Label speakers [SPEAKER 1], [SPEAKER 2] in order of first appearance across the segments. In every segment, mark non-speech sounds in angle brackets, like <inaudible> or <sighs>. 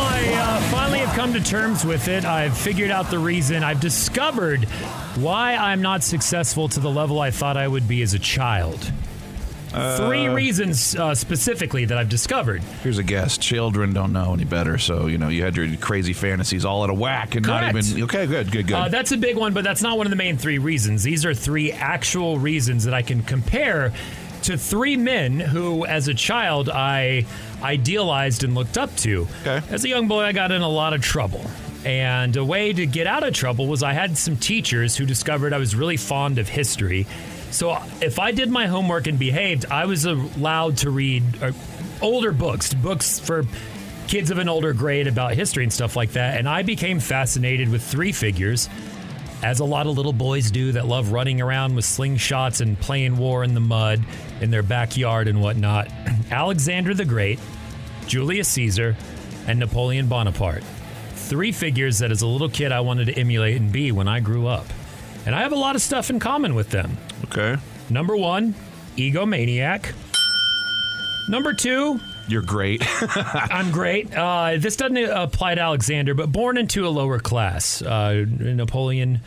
[SPEAKER 1] uh, come to terms with it. I've figured out the reason. I've discovered why I'm not successful to the level I thought I would be as a child. Three reasons uh, specifically that I've discovered.
[SPEAKER 2] Here's a guess. Children don't know any better, so you know you had your crazy fantasies all out of whack and not
[SPEAKER 1] Correct.
[SPEAKER 2] even. Okay, good, good, good.
[SPEAKER 1] Uh, that's a big one, but that's not one of the main three reasons. These are three actual reasons that I can compare to three men who, as a child, I idealized and looked up to.
[SPEAKER 2] Okay.
[SPEAKER 1] As a young boy, I got in a lot of trouble. And a way to get out of trouble was I had some teachers who discovered I was really fond of history. So if I did my homework and behaved, I was allowed to read uh, older books, books for kids of an older grade about history and stuff like that. And I became fascinated with three figures, as a lot of little boys do that love running around with slingshots and playing war in the mud in their backyard and whatnot <clears throat> Alexander the Great, Julius Caesar, and Napoleon Bonaparte. Three figures that as a little kid I wanted to emulate and be when I grew up. And I have a lot of stuff in common with them.
[SPEAKER 2] okay,
[SPEAKER 1] Number one, egomaniac. Number two,
[SPEAKER 2] you're great. <laughs>
[SPEAKER 1] I'm great. Uh, this doesn't apply to Alexander, but born into a lower class. Uh, Napoleon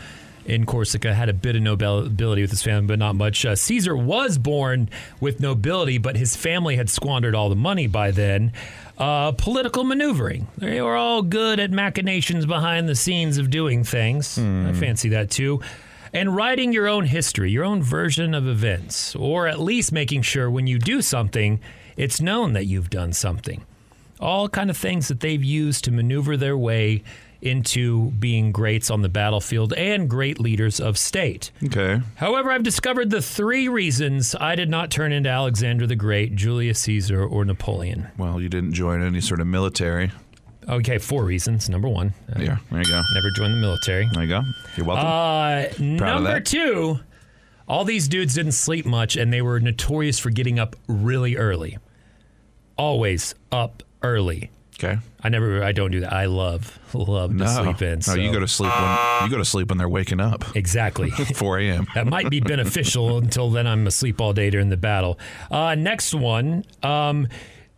[SPEAKER 1] in Corsica had a bit of nobility with his family, but not much. Uh, Caesar was born with nobility, but his family had squandered all the money by then. Uh, political maneuvering. They were all good at machinations behind the scenes of doing things. I fancy that too. And writing your own history, your own version of events, or at least making sure when you do something, it's known that you've done something all kind of things that they've used to maneuver their way into being greats on the battlefield and great leaders of state.
[SPEAKER 2] okay,
[SPEAKER 1] However, I've discovered the three reasons I did not turn into Alexander the Great, Julius Caesar, or Napoleon.
[SPEAKER 2] well, you didn't join any sort of military.
[SPEAKER 1] Okay, four reasons. Number one, I
[SPEAKER 2] Yeah, there you go.
[SPEAKER 1] never joined the military.
[SPEAKER 2] There you go. You're welcome.
[SPEAKER 1] Uh, number
[SPEAKER 2] that.
[SPEAKER 1] two, all these dudes didn't sleep much and they were notorious for getting up really early. Always up early.
[SPEAKER 2] okay. Oh.
[SPEAKER 1] I never, I don't do that. I love, love to sleep in.
[SPEAKER 2] no, you
[SPEAKER 1] so-
[SPEAKER 2] go to sleep when you go to sleep when they're
[SPEAKER 1] <laughs>
[SPEAKER 2] waking up.
[SPEAKER 1] Exactly.
[SPEAKER 2] 4 a.m.
[SPEAKER 1] that might be beneficial until then I'm asleep all day during the battle. Uh, next one. Um,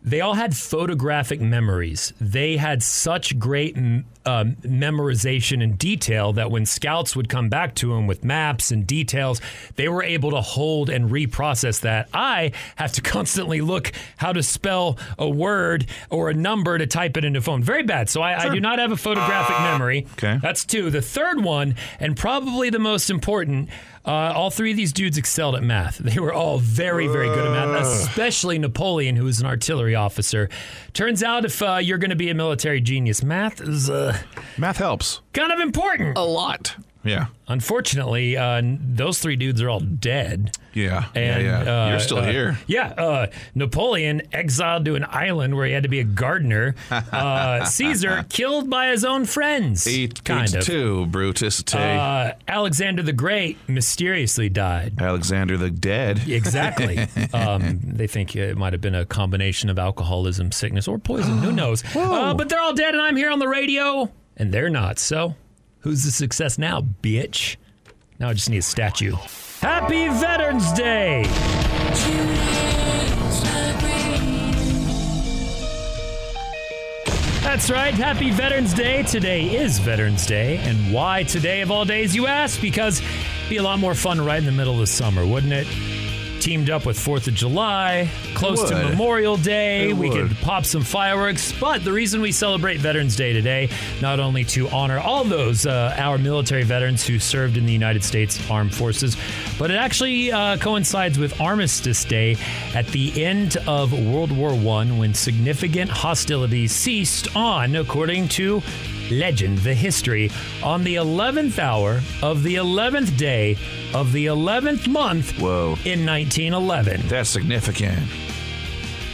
[SPEAKER 1] they all had photographic memories. They had such great m- um, memorization and detail that when scouts would come back to them with maps and details, they were able to hold and reprocess that. I have to <laughs> constantly look how to spell a word or a number to type it into phone. Very bad. So I, I do not have a photographic memory.
[SPEAKER 2] Okay.
[SPEAKER 1] That's two. The third one, and probably the most important, uh, all three of these dudes excelled at math. They were all very, very good at math, especially Napoleon, who was an artillery officer. Turns out, if uh, you're going to be a military genius, math is uh,
[SPEAKER 2] Math helps
[SPEAKER 1] kind of important.
[SPEAKER 2] a lot. Yeah.
[SPEAKER 1] Unfortunately, uh, n- those three dudes are all dead.
[SPEAKER 2] Yeah.
[SPEAKER 1] And
[SPEAKER 2] yeah, yeah.
[SPEAKER 1] uh,
[SPEAKER 2] You're still
[SPEAKER 1] uh,
[SPEAKER 2] here.
[SPEAKER 1] Yeah, uh, Napoleon exiled to an island where he had to be a
[SPEAKER 2] <laughs>
[SPEAKER 1] gardener. Uh, Caesar killed by his own friends.
[SPEAKER 2] Eat,
[SPEAKER 1] kind
[SPEAKER 2] eat
[SPEAKER 1] of.
[SPEAKER 2] two, Brutus. Tay.
[SPEAKER 1] Uh, Alexander the Great mysteriously died.
[SPEAKER 2] Alexander the Dead.
[SPEAKER 1] Exactly. um, they think it might have been a combination of alcoholism, sickness, or poison. Who knows? Uh, but they're all dead, and I'm here on the radio, and they're not. So, who's the success now, bitch? Now I just need a statue. Happy Veterans Day! That's right. Happy Veterans Day. Today is Veterans Day. And why today of all days, you ask? Because it'd be a lot more fun right in the middle of the summer, wouldn't it? Teamed up with 4th of July, close to
[SPEAKER 2] would.
[SPEAKER 1] Memorial Day.
[SPEAKER 2] It
[SPEAKER 1] we
[SPEAKER 2] would.
[SPEAKER 1] could pop some fireworks. But the reason we celebrate Veterans Day today, not only to honor all those uh, our military veterans who served in the United States Armed Forces, but it actually uh, coincides with Armistice Day at the end of World War I when significant hostilities ceased on, according to legend, the history, on the 11th hour of the 11th day of the 11th month
[SPEAKER 2] Whoa.
[SPEAKER 1] in 1911.
[SPEAKER 2] That's significant.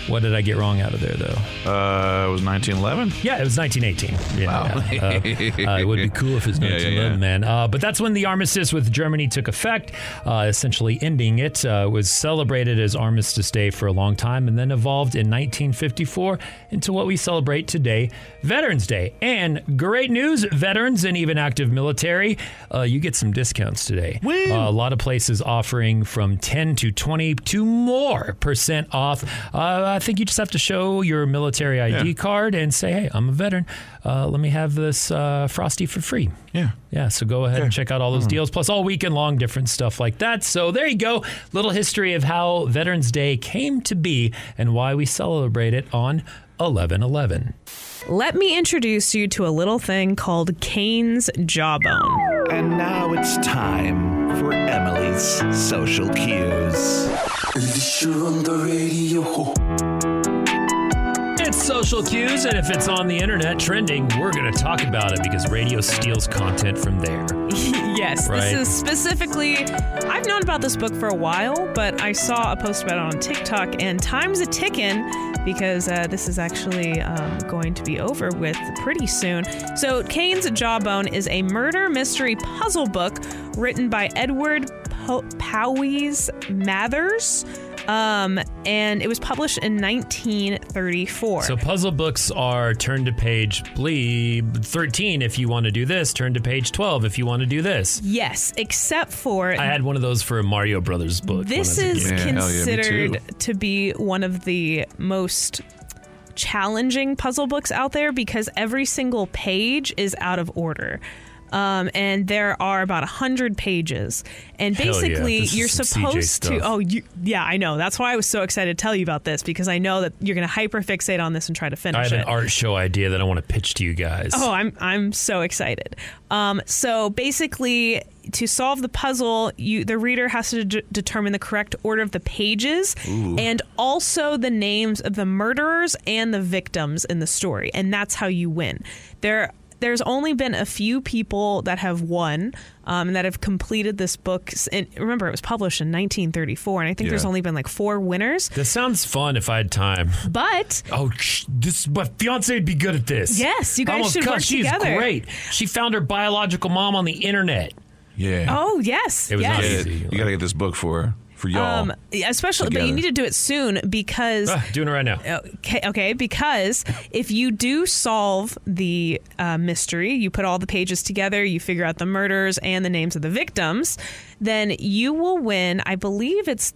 [SPEAKER 1] What did I get wrong out of there, though?
[SPEAKER 2] Uh, it was 1911.
[SPEAKER 1] Yeah, it was 1918. Yeah, yeah. Uh, uh, it would be cool if it was
[SPEAKER 2] <laughs> Yeah,
[SPEAKER 1] 1911,
[SPEAKER 2] yeah, yeah.
[SPEAKER 1] man. Uh, but that's when the armistice with Germany took effect, uh, essentially ending it. Uh, it was celebrated as Armistice Day for a long time and then evolved in 1954 into what we celebrate today, Veterans Day. And great news, veterans and even active military, uh, you get some discounts today. Uh, a lot of places offering from 10 to 20 to more percent off. Uh, I think you just have to show your military ID
[SPEAKER 2] Yeah.
[SPEAKER 1] card and say, "Hey, I'm a veteran. Uh, let me have this uh, frosty for free."
[SPEAKER 2] Yeah.
[SPEAKER 1] Yeah, so go ahead and
[SPEAKER 2] Sure.
[SPEAKER 1] check out all those
[SPEAKER 3] Hmm.
[SPEAKER 1] deals, plus all weekend long, different stuff like that. So there you go, little history of how Veterans Day came to be and why we celebrate it on 11 11.
[SPEAKER 3] Let me introduce you to a little thing called Kane's Jawbone. <laughs>
[SPEAKER 4] And now it's time for Emily's social cues.
[SPEAKER 1] It's social cues, and if it's on the internet trending, we're going to talk about it because radio steals content from there.
[SPEAKER 3] yes,
[SPEAKER 1] Right.
[SPEAKER 3] this is specifically. I've known about this book for a while, but I saw a post about it on TikTok, and time's a ticking because uh, this is actually um, going to be over with pretty soon. So, Kane's Jawbone is a murder mystery puzzle book written by Edward po- Powys Mathers. Um, and it was published in 1934.
[SPEAKER 1] So puzzle books are turn to page bleep 13 if you want to do this, turn to page 12 if you want to do this.
[SPEAKER 3] yes, except for
[SPEAKER 1] I had one of those for a Mario Brothers book. when
[SPEAKER 3] This
[SPEAKER 1] I was a
[SPEAKER 3] is
[SPEAKER 1] kid.
[SPEAKER 2] Yeah, hell yeah, me
[SPEAKER 3] considered
[SPEAKER 2] too.
[SPEAKER 3] to be one of the most challenging puzzle books out there because every single page is out of order. Um, and there are about a hundred pages, and
[SPEAKER 1] Hell yeah,
[SPEAKER 3] basically
[SPEAKER 1] this is
[SPEAKER 3] you're
[SPEAKER 1] some CJ
[SPEAKER 3] supposed to.
[SPEAKER 1] stuff.
[SPEAKER 3] Oh, you, yeah, I know. That's why I was so excited to tell you about this because I know that you're going to hyperfixate on this and try to finish
[SPEAKER 1] I have
[SPEAKER 3] it.
[SPEAKER 1] an art show idea that I want to pitch to you guys.
[SPEAKER 3] Oh, I'm I'm so excited. Um, so basically, to solve the puzzle, you the reader has to de- determine the correct order of the pages and also the names of the murderers and the victims in the story, and that's how you win. There. There's only been a few people that have won um, and that have completed this book. s- And remember, it was published in 1934, and I think there's
[SPEAKER 2] Yeah.
[SPEAKER 3] only been like four winners.
[SPEAKER 1] This sounds fun if I had time.
[SPEAKER 3] But
[SPEAKER 1] Oh, sh- this my fiance would be good at this.
[SPEAKER 3] Yes, you guys
[SPEAKER 1] I almost
[SPEAKER 3] should
[SPEAKER 1] cussed.
[SPEAKER 3] work
[SPEAKER 1] She's
[SPEAKER 3] together.
[SPEAKER 1] great. She found her biological mom on the internet.
[SPEAKER 2] Yeah.
[SPEAKER 3] oh yes,
[SPEAKER 1] It was
[SPEAKER 3] yes.
[SPEAKER 1] not
[SPEAKER 2] Yeah,
[SPEAKER 1] easy.
[SPEAKER 2] You gotta get this book for her, for y'all.
[SPEAKER 3] Um, especially, but you
[SPEAKER 2] together.
[SPEAKER 3] need to do it soon because.
[SPEAKER 1] Ah, doing it right now.
[SPEAKER 3] Okay, okay, because if you do solve the uh, mystery, you put all the pages together, you figure out the murders and the names of the victims, then you will win, I believe it's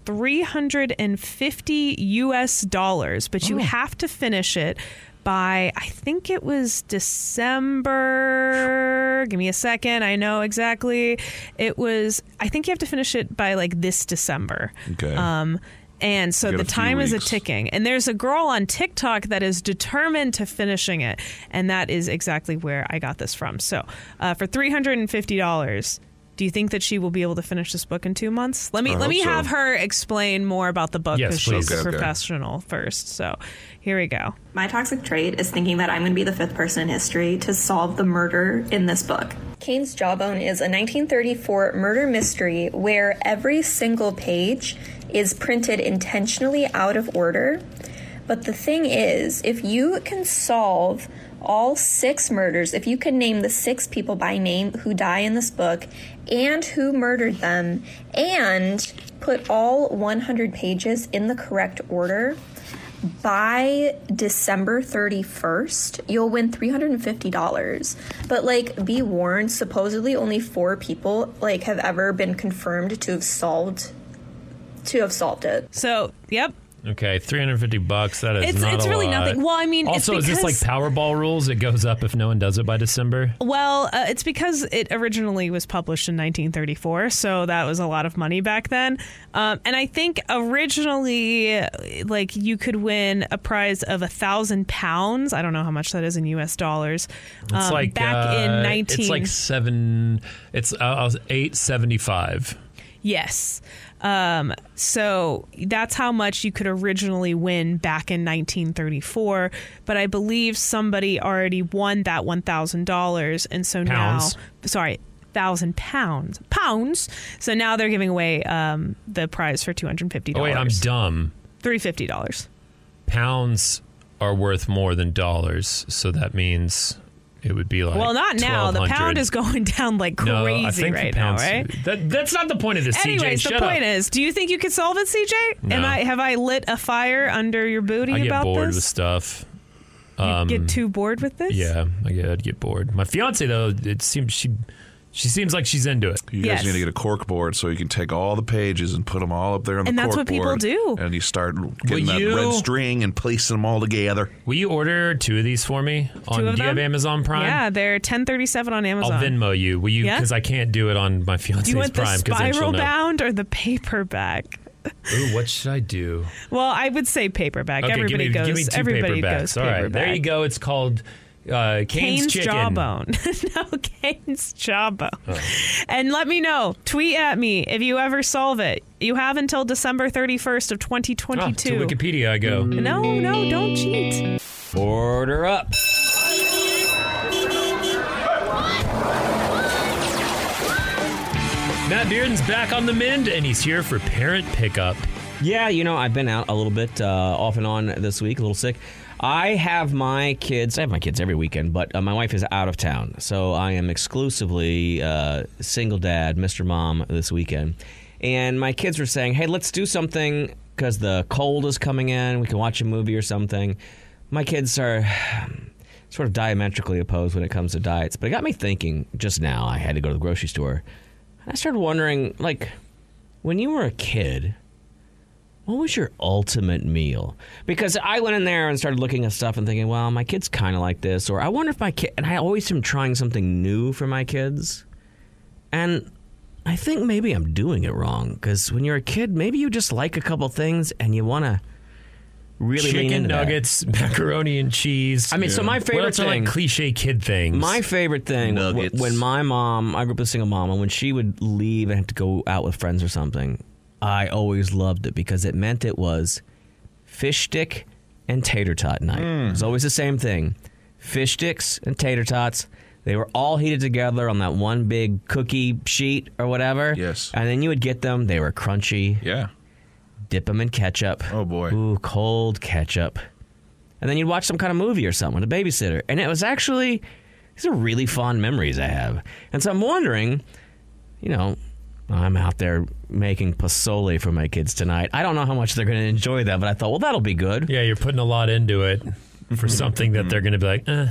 [SPEAKER 3] 350 US dollars, but
[SPEAKER 2] Oh.
[SPEAKER 3] you have to finish it by, I think it was December. Give me a second. I know exactly. It was, I think you have to finish it by like this December.
[SPEAKER 2] Okay.
[SPEAKER 3] Um, and so
[SPEAKER 2] You got a
[SPEAKER 3] the
[SPEAKER 2] few
[SPEAKER 3] time is a
[SPEAKER 2] weeks.
[SPEAKER 3] ticking. And there's a girl on TikTok that is determined to finishing it. And that is exactly where I got this from. So uh, for $350. Do you think that she will be able to finish this book in two months? Let me
[SPEAKER 2] I
[SPEAKER 3] let
[SPEAKER 2] hope
[SPEAKER 3] me
[SPEAKER 2] so.
[SPEAKER 3] have her explain more about the book
[SPEAKER 1] Yes,
[SPEAKER 3] because
[SPEAKER 1] please.
[SPEAKER 3] she's
[SPEAKER 1] Okay,
[SPEAKER 3] a
[SPEAKER 2] okay.
[SPEAKER 3] professional first. So here we go.
[SPEAKER 5] My toxic trait is thinking that I'm going to be the fifth person in history to solve the murder in this book.
[SPEAKER 6] Kane's Jawbone is a 1934 murder mystery where every single page is printed intentionally out of order. But the thing is, if you can solve all six murders, if you can name the six people by name who die in this book and who murdered them, and put all 100 pages in the correct order, by December 31st, you'll win $350. But like be warned, supposedly only 4 people like have ever been confirmed to have solved to have solved it.
[SPEAKER 3] So yep,
[SPEAKER 1] Okay, 350 bucks. That is
[SPEAKER 3] It's-
[SPEAKER 1] not
[SPEAKER 3] it's
[SPEAKER 1] a
[SPEAKER 3] really
[SPEAKER 1] lot.
[SPEAKER 3] nothing. Well, I mean, it's
[SPEAKER 1] also is this like
[SPEAKER 3] because-
[SPEAKER 1] Powerball rules? It goes up if no one does it by December.
[SPEAKER 3] Well, uh, it's because it originally was published in 1934, so that was a lot of money back then. Um, and I think originally, uh, like you could win a prize of a thousand pounds. I don't know how much that is in U.S. dollars.
[SPEAKER 1] It's
[SPEAKER 3] um,
[SPEAKER 1] like
[SPEAKER 3] back in
[SPEAKER 1] uh,
[SPEAKER 3] 19.
[SPEAKER 1] It's like seven. It's uh, uh, eight seventy five.
[SPEAKER 3] yes. Um, so that's how much you could originally win back in 1934. But I believe somebody already won that $1,000. And so
[SPEAKER 1] Pounds.
[SPEAKER 3] now, sorry, thousand pounds, pounds. So now they're giving away um, the prize for $250.
[SPEAKER 1] Oh wait, I'm dumb.
[SPEAKER 3] $350.
[SPEAKER 1] Pounds are worth more than dollars, so that means it would be like
[SPEAKER 3] Well, not now. The
[SPEAKER 1] 1200.
[SPEAKER 3] pound is going down like crazy
[SPEAKER 1] no, I think the
[SPEAKER 3] right now,
[SPEAKER 1] pounds-
[SPEAKER 3] right?
[SPEAKER 1] That, that's not the point of this.
[SPEAKER 3] Anyways,
[SPEAKER 1] CJ,
[SPEAKER 3] the
[SPEAKER 1] shut up.
[SPEAKER 3] point is, do you think you could solve it, CJ? Am
[SPEAKER 1] No.
[SPEAKER 3] I have I lit a fire under your booty
[SPEAKER 1] I get
[SPEAKER 3] about
[SPEAKER 1] bored
[SPEAKER 3] this?
[SPEAKER 1] with stuff. Um,
[SPEAKER 3] get too bored with this?
[SPEAKER 1] Yeah, I get, I'd get bored. My fiance though, it seems she She seems like she's into it.
[SPEAKER 2] You
[SPEAKER 3] Yes.
[SPEAKER 2] guys need to get a cork board so you can take all the pages and put them all up there on
[SPEAKER 3] And
[SPEAKER 2] the
[SPEAKER 3] that's
[SPEAKER 2] cork
[SPEAKER 3] what people
[SPEAKER 2] board,
[SPEAKER 3] do.
[SPEAKER 2] And you start getting that
[SPEAKER 1] you-
[SPEAKER 2] red string and placing them all together.
[SPEAKER 1] Will you order two of these for me? On
[SPEAKER 3] Two
[SPEAKER 1] do
[SPEAKER 3] of
[SPEAKER 1] you have
[SPEAKER 3] them?
[SPEAKER 1] Amazon Prime?
[SPEAKER 3] Yeah, they're 1037 on
[SPEAKER 1] I'll
[SPEAKER 3] Amazon.
[SPEAKER 1] Venmo you. Will you?
[SPEAKER 3] Yeah?
[SPEAKER 1] Because I can't do it on my
[SPEAKER 3] Do
[SPEAKER 1] fiance's
[SPEAKER 3] you want the
[SPEAKER 1] Prime. 'cause then she'll
[SPEAKER 3] spiral
[SPEAKER 1] know.
[SPEAKER 3] bound or the paperback?
[SPEAKER 1] Ooh, what should I do?
[SPEAKER 3] Well, I would say paperback.
[SPEAKER 1] Okay,
[SPEAKER 3] everybody
[SPEAKER 1] give me,
[SPEAKER 3] goes.
[SPEAKER 1] give me two
[SPEAKER 3] everybody
[SPEAKER 1] paperbacks.
[SPEAKER 3] goes
[SPEAKER 1] All right,
[SPEAKER 3] paperback.
[SPEAKER 1] there you go. It's called uh, Kane's,
[SPEAKER 3] Kane's
[SPEAKER 1] Chicken.
[SPEAKER 3] jawbone. <laughs> no, Kane's jawbone. And let me know. Tweet at me if you ever solve it. You have until December 31st of
[SPEAKER 1] Ah, to
[SPEAKER 3] 2022.
[SPEAKER 1] Wikipedia I go.
[SPEAKER 3] no, no, don't cheat.
[SPEAKER 1] Order up. Matt Bearden's back on the mend, and he's here for parent pickup.
[SPEAKER 7] Yeah, you know, I've been out a little bit uh, off and on this week, a little sick. I have my kids, I have my kids every weekend, but uh, my wife is out of town. So I am exclusively uh, single dad, Mr. Mom this weekend. And my kids were saying, hey, let's do something because the cold is coming in. We can watch a movie or something. My kids are <sighs> sort of diametrically opposed when it comes to diets, but it got me thinking just now. I had to go to the grocery store. And I started wondering, like, when you were a kid, what was your ultimate meal? Because I went in there and started looking at stuff and thinking, well, my kid's kind of like this, or I wonder if my kid, and I always am trying something new for my kids. And I think maybe I'm doing it wrong because when you're a kid, maybe you just like a couple things and you want to really lean
[SPEAKER 1] Chicken
[SPEAKER 7] into that.
[SPEAKER 1] nuggets, <laughs> macaroni and cheese.
[SPEAKER 7] I mean, so my favorite
[SPEAKER 1] what else are like
[SPEAKER 7] thing-
[SPEAKER 1] cliche kid things.
[SPEAKER 7] My favorite thing w-
[SPEAKER 2] Nuggets.
[SPEAKER 7] when my mom, I grew up with a single mom, and when she would leave and have to go out with friends or something, I always loved it because it meant it was fish stick and tater tot night.
[SPEAKER 2] Hmm.
[SPEAKER 7] It was always the same thing fish sticks and tater tots. They were all heated together on that one big cookie sheet or whatever.
[SPEAKER 2] Yes.
[SPEAKER 7] And then you would get them. They were crunchy
[SPEAKER 2] Yeah.
[SPEAKER 7] dip them in ketchup.
[SPEAKER 2] Oh, boy.
[SPEAKER 7] Ooh, cold ketchup. And then you'd watch some kind of movie or something with a babysitter. And it was actually these are really fond memories I have. And so I'm wondering, you know, I'm out there making pasole for my kids tonight. I don't know how much they're going to enjoy that, but I thought, well, that'll be good.
[SPEAKER 1] yeah, you're putting a lot into it
[SPEAKER 7] <laughs>
[SPEAKER 1] for something that they're going to be like, eh.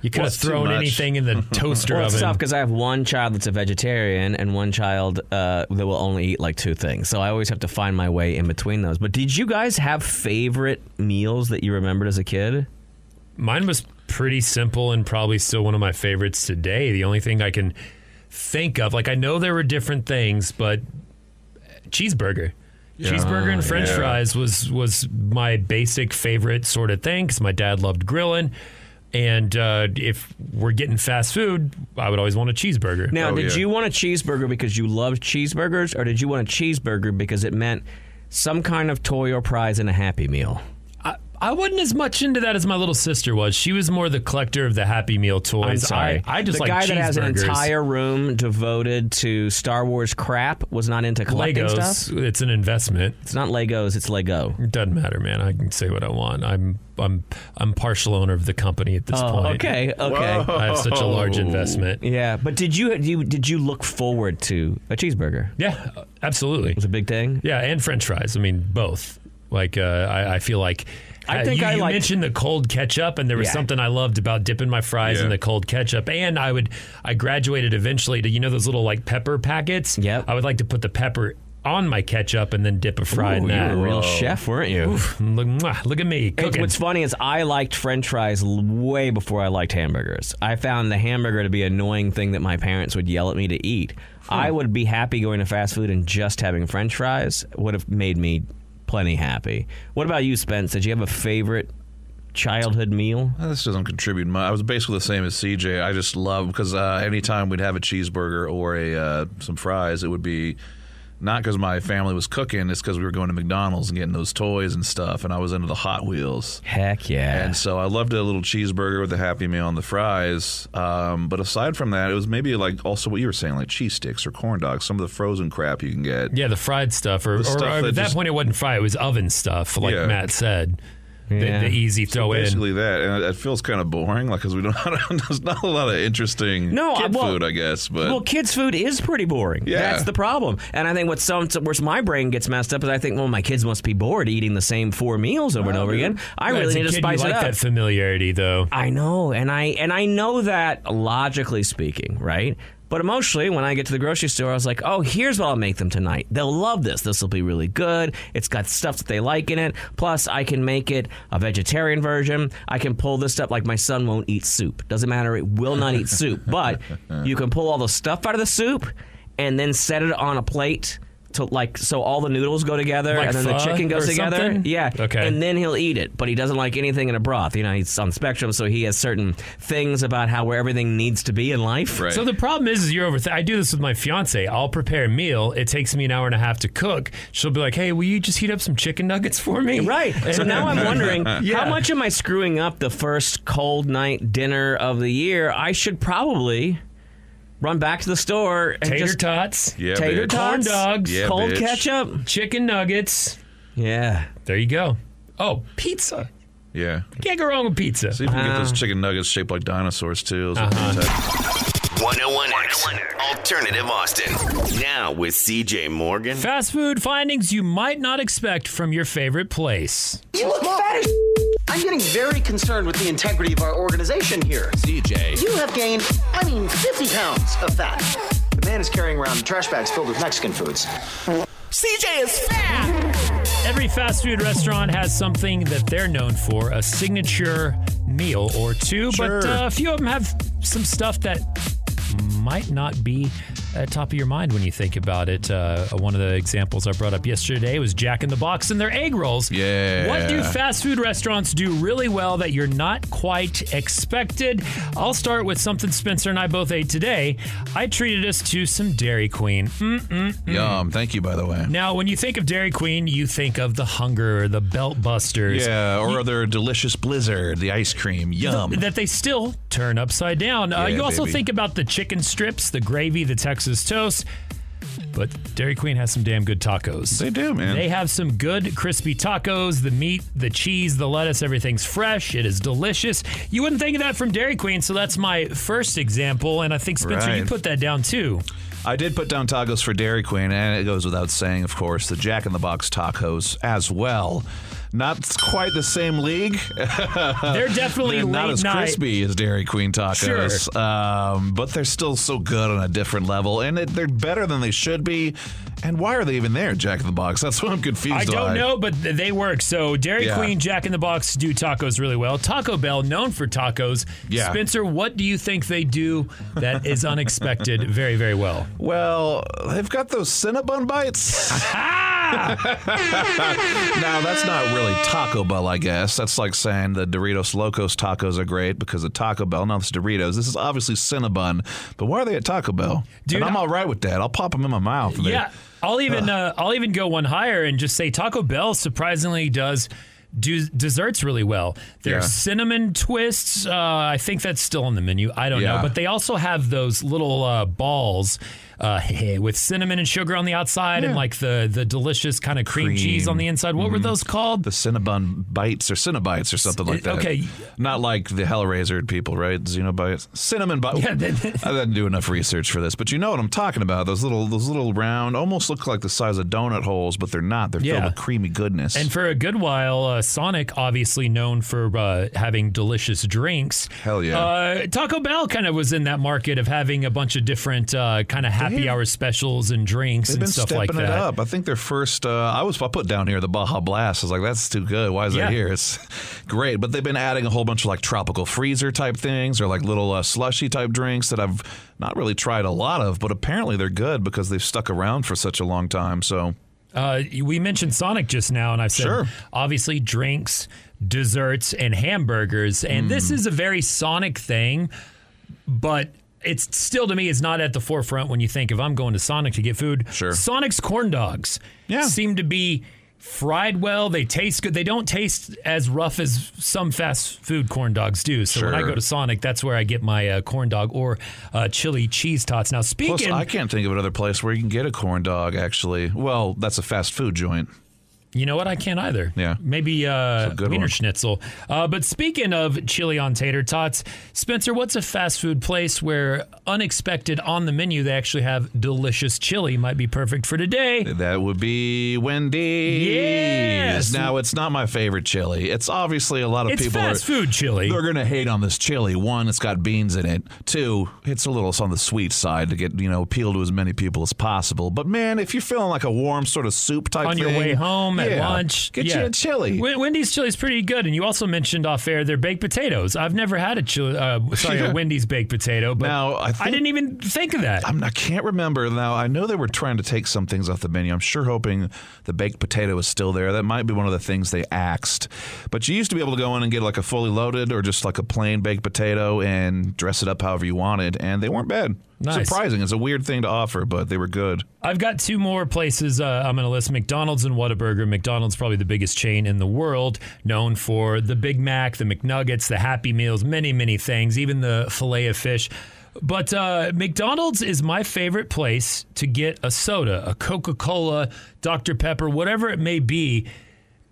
[SPEAKER 1] You could
[SPEAKER 2] Well,
[SPEAKER 1] have
[SPEAKER 2] it's too
[SPEAKER 1] thrown
[SPEAKER 2] much.
[SPEAKER 1] anything in
[SPEAKER 7] <laughs>
[SPEAKER 1] the toaster
[SPEAKER 7] Well, it's
[SPEAKER 1] oven.
[SPEAKER 7] tough because I have one child that's a vegetarian and one child uh, that will only eat like two things. So I always have to find my way in between those. But did you guys have favorite meals that you remembered as a kid?
[SPEAKER 1] Mine was pretty simple and probably still one of my favorites today. The only thing I can think of, like I know there were different things, but cheeseburger. Cheeseburger and french
[SPEAKER 2] yeah.
[SPEAKER 1] fries was was my basic favorite sort of thing cuz my dad loved grilling and uh, if we're getting fast food, I would always want a cheeseburger.
[SPEAKER 7] Now,
[SPEAKER 2] Oh,
[SPEAKER 7] did
[SPEAKER 2] yeah.
[SPEAKER 7] you want a cheeseburger because you loved cheeseburgers, or did you want a cheeseburger because it meant some kind of toy or prize and a Happy Meal?
[SPEAKER 1] I, I wasn't as much into that as my little sister was. She was more the collector of the Happy Meal toys.
[SPEAKER 7] I'm sorry.
[SPEAKER 1] I, I just
[SPEAKER 7] the
[SPEAKER 1] like
[SPEAKER 7] guy that has an
[SPEAKER 1] cheeseburgers.
[SPEAKER 7] entire room devoted to Star Wars crap was not into collecting stuff.
[SPEAKER 1] Legos. It's an investment.
[SPEAKER 7] It's not Legos, it's Lego.
[SPEAKER 1] It doesn't matter, man. I can say what I want. I'm I'm I'm partial owner of the company at this
[SPEAKER 7] Oh,
[SPEAKER 1] point.
[SPEAKER 7] okay, okay.
[SPEAKER 1] I have such a large investment.
[SPEAKER 7] Yeah, but did you, did you did you look forward to a cheeseburger? It
[SPEAKER 1] Yeah, absolutely.
[SPEAKER 7] was a big thing.
[SPEAKER 1] Yeah, and French fries. I mean, both. Like uh, I, I feel like uh,
[SPEAKER 7] I think
[SPEAKER 1] you,
[SPEAKER 7] I
[SPEAKER 1] you
[SPEAKER 7] like-
[SPEAKER 1] mentioned the cold ketchup, and there was
[SPEAKER 7] Yeah.
[SPEAKER 1] something I loved about dipping my fries in
[SPEAKER 2] Yeah.
[SPEAKER 1] the cold ketchup. And I would I graduated eventually to you know those little like pepper packets.
[SPEAKER 7] Yep.
[SPEAKER 1] I would like to put the pepper on my ketchup and then dip a fry in
[SPEAKER 7] Ooh, you
[SPEAKER 1] that.
[SPEAKER 7] were a real chef, weren't you?
[SPEAKER 1] Look, mwah, look at me
[SPEAKER 7] It-
[SPEAKER 1] cooking.
[SPEAKER 7] what's funny is I liked French fries l- way before I liked hamburgers. I found the hamburger to be an annoying thing that my parents would yell at me to eat.
[SPEAKER 1] Hmm.
[SPEAKER 7] I would be happy going to fast food and just having French fries would have made me plenty happy. What about you, Spence? Did you have a favorite childhood meal?
[SPEAKER 2] Uh, This doesn't contribute much. I was basically the same as CJ. I just love because uh, anytime we'd have a cheeseburger or a uh, some fries, it would be not because my family was cooking. It's because we were going to McDonald's and getting those toys and stuff. And I was into the Hot Wheels.
[SPEAKER 7] Heck yeah.
[SPEAKER 2] And so I loved a little cheeseburger with the Happy Meal and the fries. Um, but aside from that, it was maybe like also what you were saying, like cheese sticks or corn dogs, some of the frozen crap you can get.
[SPEAKER 1] Yeah, the fried stuff, or, or,
[SPEAKER 2] stuff
[SPEAKER 1] or
[SPEAKER 2] that
[SPEAKER 1] at that
[SPEAKER 2] just-
[SPEAKER 1] point it wasn't fried; it was oven stuff, like
[SPEAKER 2] Yeah.
[SPEAKER 1] Matt said.
[SPEAKER 7] Yeah.
[SPEAKER 1] The, the easy throw in.
[SPEAKER 2] Basically that, and it, it feels kind of boring, like because we don't. <laughs> there's not a lot of interesting
[SPEAKER 7] No, I-
[SPEAKER 2] kid
[SPEAKER 7] well-
[SPEAKER 2] food, I guess. But
[SPEAKER 7] Well, kids' food is pretty boring.
[SPEAKER 2] Yeah.
[SPEAKER 7] That's the problem. And I think what some where my brain gets messed up is I think, well, my kids must be bored eating the same four meals over and over again. I
[SPEAKER 1] As
[SPEAKER 7] really
[SPEAKER 1] a
[SPEAKER 7] need to
[SPEAKER 1] kid, you
[SPEAKER 7] spice
[SPEAKER 1] like
[SPEAKER 7] it up.
[SPEAKER 1] that familiarity, though.
[SPEAKER 7] I know, and I and I know that logically speaking, right? But emotionally, when I get to the grocery store, I was like, oh, here's what I'll make them tonight. They'll love this. This will be really good. It's got stuff that they like in it. Plus, I can make it a vegetarian version. I can pull this stuff, like my son won't eat soup. Doesn't matter, it will not eat soup. But you can pull all the stuff out of the soup and then set it on a plate. To like so all the noodles go together
[SPEAKER 1] Like
[SPEAKER 7] and then the
[SPEAKER 1] pho
[SPEAKER 7] chicken goes
[SPEAKER 1] or
[SPEAKER 7] together.
[SPEAKER 1] something?
[SPEAKER 7] Yeah.
[SPEAKER 1] Okay.
[SPEAKER 7] And then he'll eat it, but he doesn't like anything in a broth. You know, he's on spectrum, so he has certain things about how where everything needs to be in life.
[SPEAKER 2] Right.
[SPEAKER 1] So the problem is, is you're over. I do this with my fiance. I'll prepare a meal. It takes me an hour and a half to cook. She'll be like, "Hey, will you just heat up some chicken nuggets for me?"
[SPEAKER 7] Right. So
[SPEAKER 1] And- <laughs>
[SPEAKER 7] now I'm wondering
[SPEAKER 1] Yeah.
[SPEAKER 7] how much am I screwing up the first cold night dinner of the year? I should probably run back to the store and
[SPEAKER 1] tater
[SPEAKER 7] just
[SPEAKER 1] tots,
[SPEAKER 2] Yeah,
[SPEAKER 7] tater
[SPEAKER 2] bitch.
[SPEAKER 1] corn
[SPEAKER 7] tots,
[SPEAKER 1] dogs,
[SPEAKER 2] Yeah,
[SPEAKER 7] cold
[SPEAKER 2] bitch.
[SPEAKER 7] ketchup.
[SPEAKER 1] chicken nuggets.
[SPEAKER 7] Yeah.
[SPEAKER 1] There you go. Oh, pizza.
[SPEAKER 2] Yeah.
[SPEAKER 1] Can't go wrong with pizza.
[SPEAKER 2] See if we can get those chicken nuggets shaped like dinosaurs too. is what
[SPEAKER 1] Uh-huh.
[SPEAKER 2] they said.
[SPEAKER 8] 101X Alternative Austin. Now with CJ Morgan.
[SPEAKER 1] Fast food findings you might not expect from your favorite place.
[SPEAKER 9] You look fat as I'm getting very concerned with the integrity of our organization here.
[SPEAKER 8] CJ.
[SPEAKER 9] You have gained, I mean, 50 pounds of fat. The man is carrying around trash bags filled with Mexican foods.
[SPEAKER 8] CJ is fat.
[SPEAKER 1] Every fast food restaurant has something that they're known for, a signature meal or two, but
[SPEAKER 2] Sure.
[SPEAKER 1] uh, a few of them have some stuff that might not be at top of your mind when you think about it. Uh, one of the examples I brought up yesterday was Jack in the Box and their egg rolls.
[SPEAKER 2] Yeah.
[SPEAKER 1] What do fast food restaurants do really well that you're not quite expected? I'll start with something Spencer and I both ate today. I treated us to some Dairy Queen. Mm.
[SPEAKER 2] Yum. Thank you, by the way.
[SPEAKER 1] Now, when you think of Dairy Queen, you think of the hunger, the belt busters.
[SPEAKER 2] Yeah, or their delicious blizzard, the ice cream. Yum.
[SPEAKER 1] That they still turn upside down. uh,
[SPEAKER 2] Yeah,
[SPEAKER 1] you also
[SPEAKER 2] baby.
[SPEAKER 1] think about the chicken strips, the gravy, the Texas toast. But Dairy Queen has some damn good tacos.
[SPEAKER 2] they do, man.
[SPEAKER 1] They have some good crispy tacos, the meat, the cheese, the lettuce, everything's fresh. It is delicious. You wouldn't think of that from Dairy Queen, so that's my first example. And I think, Spencer, you
[SPEAKER 2] Right.
[SPEAKER 1] put that down too.
[SPEAKER 2] I did put down tacos for Dairy Queen, and it goes without saying, of course, the Jack in the Box tacos as well. Not quite the same league.
[SPEAKER 1] They're definitely late
[SPEAKER 2] Uh, They're not as
[SPEAKER 1] night.
[SPEAKER 2] crispy as Dairy Queen tacos,
[SPEAKER 1] Sure.
[SPEAKER 2] um, but they're still so good on a different level, and it, they're better than they should be. And why are they even there, Jack in the Box? That's what I'm confused.
[SPEAKER 1] I don't
[SPEAKER 2] by.
[SPEAKER 1] know, but th- they work. So Dairy
[SPEAKER 2] Yeah.
[SPEAKER 1] Queen, Jack in the Box do tacos really well. Taco Bell, known for tacos.
[SPEAKER 2] Yeah.
[SPEAKER 1] Spencer, what do you think they do that is unexpected very, very well?
[SPEAKER 2] Well, they've got those Cinnabon bites. now that's not really Taco Bell, I guess. That's like saying the Doritos Locos tacos are great because of Taco Bell. No, it's Doritos. This is obviously Cinnabon, but why are they at Taco Bell?
[SPEAKER 1] Dude,
[SPEAKER 2] and I'm
[SPEAKER 1] I-
[SPEAKER 2] all right with that. I'll pop them in my mouth. and they-
[SPEAKER 1] Yeah, I'll even uh, I'll even go one higher and just say Taco Bell surprisingly does do desserts really well. Their
[SPEAKER 2] Yeah.
[SPEAKER 1] cinnamon twists, uh, I think that's still on the menu. I don't know,
[SPEAKER 2] Yeah.
[SPEAKER 1] but they also have those little uh, balls. Uh, <laughs> with cinnamon and sugar on the outside, and like the the delicious kind of cream,
[SPEAKER 2] Cream. Mm-hmm.
[SPEAKER 1] cheese on the inside. What were those called?
[SPEAKER 2] The Cinnabon bites or Cinnabites or something like that.
[SPEAKER 1] Okay.
[SPEAKER 2] Not like the Hellraiser people, right? Xenobites. Cinnamon bites.
[SPEAKER 1] Yeah, they-
[SPEAKER 2] I didn't do enough research for this, but you know what I'm talking about. Those little those little round almost look like the size of donut holes, but they're not. They're
[SPEAKER 1] Yeah.
[SPEAKER 2] filled with creamy goodness.
[SPEAKER 1] And for a good while, uh, Sonic, obviously known for uh, having delicious drinks.
[SPEAKER 2] Hell yeah.
[SPEAKER 1] Uh, Taco Bell kind of was in that market of having a bunch of different uh, kind of happy hour specials and drinks
[SPEAKER 2] They've
[SPEAKER 1] and
[SPEAKER 2] been
[SPEAKER 1] stuff
[SPEAKER 2] stepping
[SPEAKER 1] like that.
[SPEAKER 2] it up. I think their first. Uh, I was. I put down here the Baja Blast. I was like, that's too good. Why is
[SPEAKER 1] Yeah.
[SPEAKER 2] that here? It's <laughs> great. But they've been adding a whole bunch of like tropical freezer type things or like little uh, slushy type drinks that I've not really tried a lot of. But apparently they're good because they've stuck around for such a long time. So
[SPEAKER 1] Uh, we mentioned Sonic just now, and I've said
[SPEAKER 2] Sure.
[SPEAKER 1] obviously drinks, desserts, and hamburgers. And
[SPEAKER 2] Hmm.
[SPEAKER 1] this is a very Sonic thing, but it's still to me is not at the forefront when you think if I'm going to Sonic to get food.
[SPEAKER 2] Sure.
[SPEAKER 1] Sonic's corn dogs
[SPEAKER 2] Yeah.
[SPEAKER 1] seem to be fried well. They taste good. They don't taste as rough as some fast food corn dogs do. So when I
[SPEAKER 2] Sure.
[SPEAKER 1] go to Sonic, that's where I get my uh, corn dog or uh, chili cheese tots. Now
[SPEAKER 2] plus,
[SPEAKER 1] speaking,
[SPEAKER 2] I can't think of another place where you can get a corn dog. Actually, well, that's a fast food joint.
[SPEAKER 1] You know what? I can't either.
[SPEAKER 2] Yeah.
[SPEAKER 1] Maybe uh,
[SPEAKER 2] a good
[SPEAKER 1] Wiener
[SPEAKER 2] one.
[SPEAKER 1] Schnitzel. Uh, but speaking of chili on tater tots, Spencer, what's a fast food place where unexpected on the menu they actually have delicious chili? Might be perfect for today.
[SPEAKER 2] That would be Wendy's.
[SPEAKER 1] Yes.
[SPEAKER 2] Now it's not my favorite chili. It's obviously a lot of
[SPEAKER 1] It's
[SPEAKER 2] people
[SPEAKER 1] fast
[SPEAKER 2] are,
[SPEAKER 1] food chili.
[SPEAKER 2] They're gonna hate on this chili. One, it's got beans in it. Two, it's a little it's on the sweet side to get you know appeal to as many people as possible. But man, if you're feeling like a warm sort of soup type
[SPEAKER 1] on your
[SPEAKER 2] thing,
[SPEAKER 1] way home at
[SPEAKER 2] yeah,
[SPEAKER 1] lunch.
[SPEAKER 2] get
[SPEAKER 1] yeah.
[SPEAKER 2] you a chili.
[SPEAKER 1] Wen- Wendy's chili is pretty good, and you also mentioned off air their baked potatoes. I've never had a chili, uh, sorry,
[SPEAKER 2] Yeah.
[SPEAKER 1] a Wendy's baked potato, but
[SPEAKER 2] Now, I think-
[SPEAKER 1] didn't even think of that.
[SPEAKER 2] I'm, I can't remember now. I know they were trying to take some things off the menu. I'm sure hoping the baked potato is still there. That might be one of the things they axed. But you used to be able to go in and get like a fully loaded or just like a plain baked potato and dress it up however you wanted, and they weren't bad.
[SPEAKER 1] Nice.
[SPEAKER 2] Surprising. It's a weird thing to offer, but they were good.
[SPEAKER 1] I've got two more places uh, I'm going to list McDonald's and Whataburger. McDonald's probably the biggest chain in the world, known for the Big Mac, the McNuggets, the Happy Meals, many, many things, even the filet of fish. But uh, McDonald's is my favorite place to get a soda, a Coca Cola, Dr. Pepper, whatever it may be.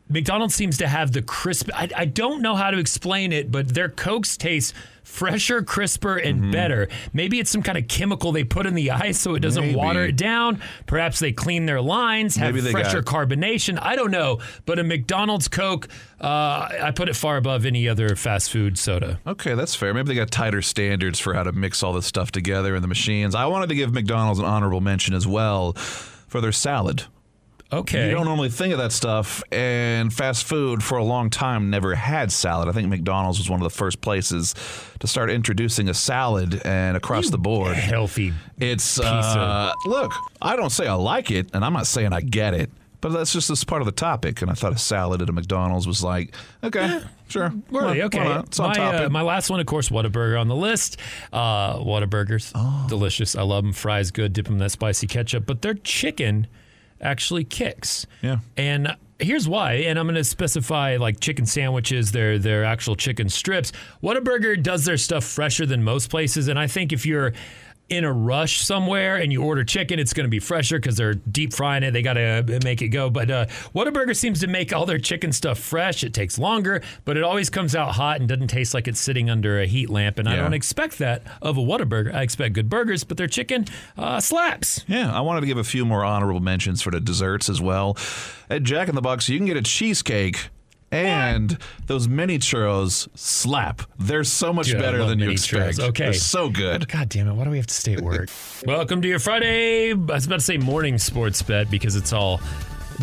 [SPEAKER 1] McDonald's seems to have the crisp. I, I don't know how to explain it, but their cokes taste fresher, crisper, and
[SPEAKER 2] Mm-hmm.
[SPEAKER 1] better. Maybe it's some kind of chemical they put in the ice so it doesn't
[SPEAKER 2] Maybe.
[SPEAKER 1] water it down. Perhaps they clean their lines, have
[SPEAKER 2] Maybe they
[SPEAKER 1] fresher carbonation. I don't know, but a McDonald's Coke, uh, I put it far above any other fast food soda.
[SPEAKER 2] Okay, that's fair. Maybe they got tighter standards for how to mix all this stuff together in the machines. I wanted to give McDonald's an honorable mention as well for their salad.
[SPEAKER 1] Okay,
[SPEAKER 2] You don't normally think of that stuff, and fast food for a long time never had salad. I think McDonald's was one of the first places to start introducing a salad and across the board.
[SPEAKER 1] healthy.
[SPEAKER 2] It's uh, look, I don't say I like it, and I'm not saying I get it, but that's just this part of the topic. And I thought a salad at a McDonald's was like, okay, sure,
[SPEAKER 1] Really?
[SPEAKER 2] Why-
[SPEAKER 1] Okay.
[SPEAKER 2] why not? it's on
[SPEAKER 1] my,
[SPEAKER 2] topic.
[SPEAKER 1] Uh, my last one, of course, Whataburger on the list. Uh, Whataburgers,
[SPEAKER 2] Oh.
[SPEAKER 1] delicious. I love them. Fries good. Dip them in that spicy ketchup. But their chicken actually kicks.
[SPEAKER 2] Yeah.
[SPEAKER 1] And here's why. And I'm going to specify like chicken sandwiches, their their actual chicken strips. Whataburger does their stuff fresher than most places. And I think if you're in a rush somewhere and you order chicken, it's going to be fresher because they're deep frying it. They got to make it go. But uh, Whataburger seems to make all their chicken stuff fresh. It takes longer, but it always comes out hot and doesn't taste like it's sitting under a heat lamp. And I
[SPEAKER 2] Yeah.
[SPEAKER 1] don't expect that of a Whataburger. I expect good burgers, but their chicken uh, slaps.
[SPEAKER 2] Yeah, I wanted to give a few more honorable mentions for the desserts as well. At Jack in the Box, you can get a cheesecake. And those mini churros slap. They're so much
[SPEAKER 1] Dude, I
[SPEAKER 2] better
[SPEAKER 1] love
[SPEAKER 2] than you
[SPEAKER 1] mini
[SPEAKER 2] expect.
[SPEAKER 1] churros. Okay.
[SPEAKER 2] They're so good.
[SPEAKER 1] God damn it. Why do we have to stay at
[SPEAKER 7] <laughs>
[SPEAKER 1] work? Welcome to your Friday. I was about to say morning sports bet because it's all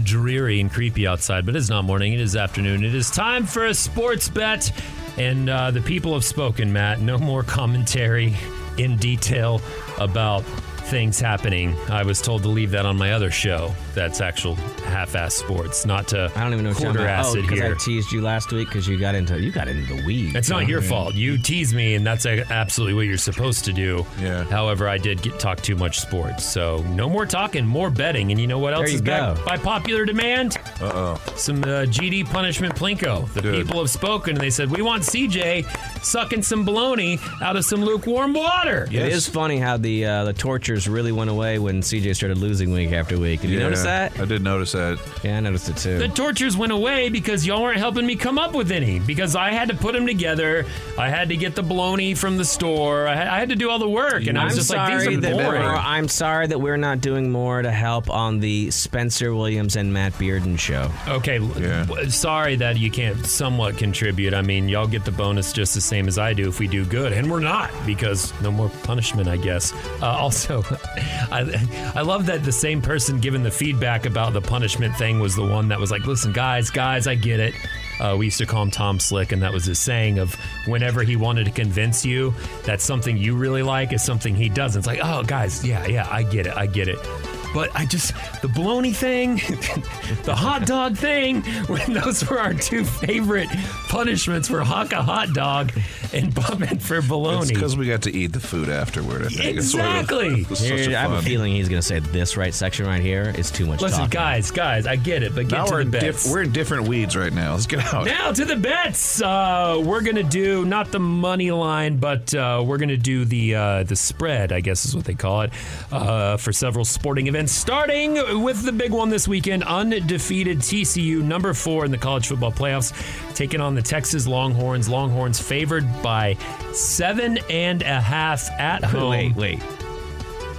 [SPEAKER 1] dreary and creepy outside, but it's not morning. It is afternoon. It is time for a sports bet. And uh, the people have spoken, Matt. No more commentary in detail about things happening. I was told to leave that on my other show. That's actual half-ass sports, not to
[SPEAKER 7] I don't even know what you're
[SPEAKER 1] quarter
[SPEAKER 7] talking about.
[SPEAKER 1] acid
[SPEAKER 7] Oh, because
[SPEAKER 1] here.
[SPEAKER 7] I teased you last week because you got into you got into the weeds.
[SPEAKER 1] It's not
[SPEAKER 7] huh?
[SPEAKER 1] your fault. You tease me, and that's uh, absolutely what you're supposed to do.
[SPEAKER 2] Yeah.
[SPEAKER 1] However, I did get, talk too much sports, so no more talking, more betting. And you know what else
[SPEAKER 7] you
[SPEAKER 1] is back
[SPEAKER 7] go.
[SPEAKER 1] by popular demand? Uh oh. Some uh, GD punishment plinko. The
[SPEAKER 2] Good.
[SPEAKER 1] people have spoken, and they said we want CJ sucking some baloney out of some lukewarm water.
[SPEAKER 7] It
[SPEAKER 2] Yes.
[SPEAKER 7] is funny how the uh, the tortures really went away when CJ started losing week after week. Did you
[SPEAKER 2] Yeah,
[SPEAKER 7] notice that?
[SPEAKER 2] I did notice that.
[SPEAKER 7] Yeah, I noticed it too.
[SPEAKER 1] The tortures went away because y'all weren't helping me come up with any. Because I had to put them together. I had to get the baloney from the store. I had, I had to do all the work, and I was
[SPEAKER 7] I'm
[SPEAKER 1] just
[SPEAKER 7] sorry
[SPEAKER 1] like, these are
[SPEAKER 7] that we're,
[SPEAKER 1] boring.
[SPEAKER 7] I'm sorry that we're not doing more to help on the Spencer Williams and Matt Bearden show.
[SPEAKER 1] Okay, l-
[SPEAKER 2] Yeah.
[SPEAKER 1] w- sorry that you can't somewhat contribute. I mean, y'all get the bonus just the same as I do if we do good, and we're not because no more punishment, I guess. Uh, also, <laughs> I, I love that the same person giving the feedback about the punishment thing was the one that was like, "Listen, guys, guys, I get it." Uh, we used to call him Tom Slick, and that was his saying of whenever he wanted to convince you that something you really like is something he doesn't. It's like, "Oh, guys, yeah, yeah, I get it, I get it." But I just the baloney thing, <laughs> the hot dog thing. <laughs> When those were our two favorite punishments were hawk a hot dog and bumming for
[SPEAKER 2] It's because
[SPEAKER 1] baloney.
[SPEAKER 2] we got to eat the food afterward. I think. <laughs> It's sort of-
[SPEAKER 1] Exactly.
[SPEAKER 2] it was such
[SPEAKER 7] Here-
[SPEAKER 2] a
[SPEAKER 7] I have a
[SPEAKER 2] fun-
[SPEAKER 7] feeling he's going to say this right section right here is too much
[SPEAKER 1] Listen,
[SPEAKER 7] talking.
[SPEAKER 1] guys, guys, I get it, but get
[SPEAKER 2] Now
[SPEAKER 1] to the
[SPEAKER 2] we're in,
[SPEAKER 1] bets.
[SPEAKER 2] diff- we're in different weeds right now. Let's get out.
[SPEAKER 1] now to the bets. Uh, we're gonna do not the money line, but uh, we're gonna do the uh, the spread. I guess is what they call it uh, for several sporting events. And starting with the big one this weekend, undefeated TCU, number four in the college football playoffs, taking on the Texas Longhorns. Longhorns favored by seven and a half at home.
[SPEAKER 7] <laughs> Wait, wait.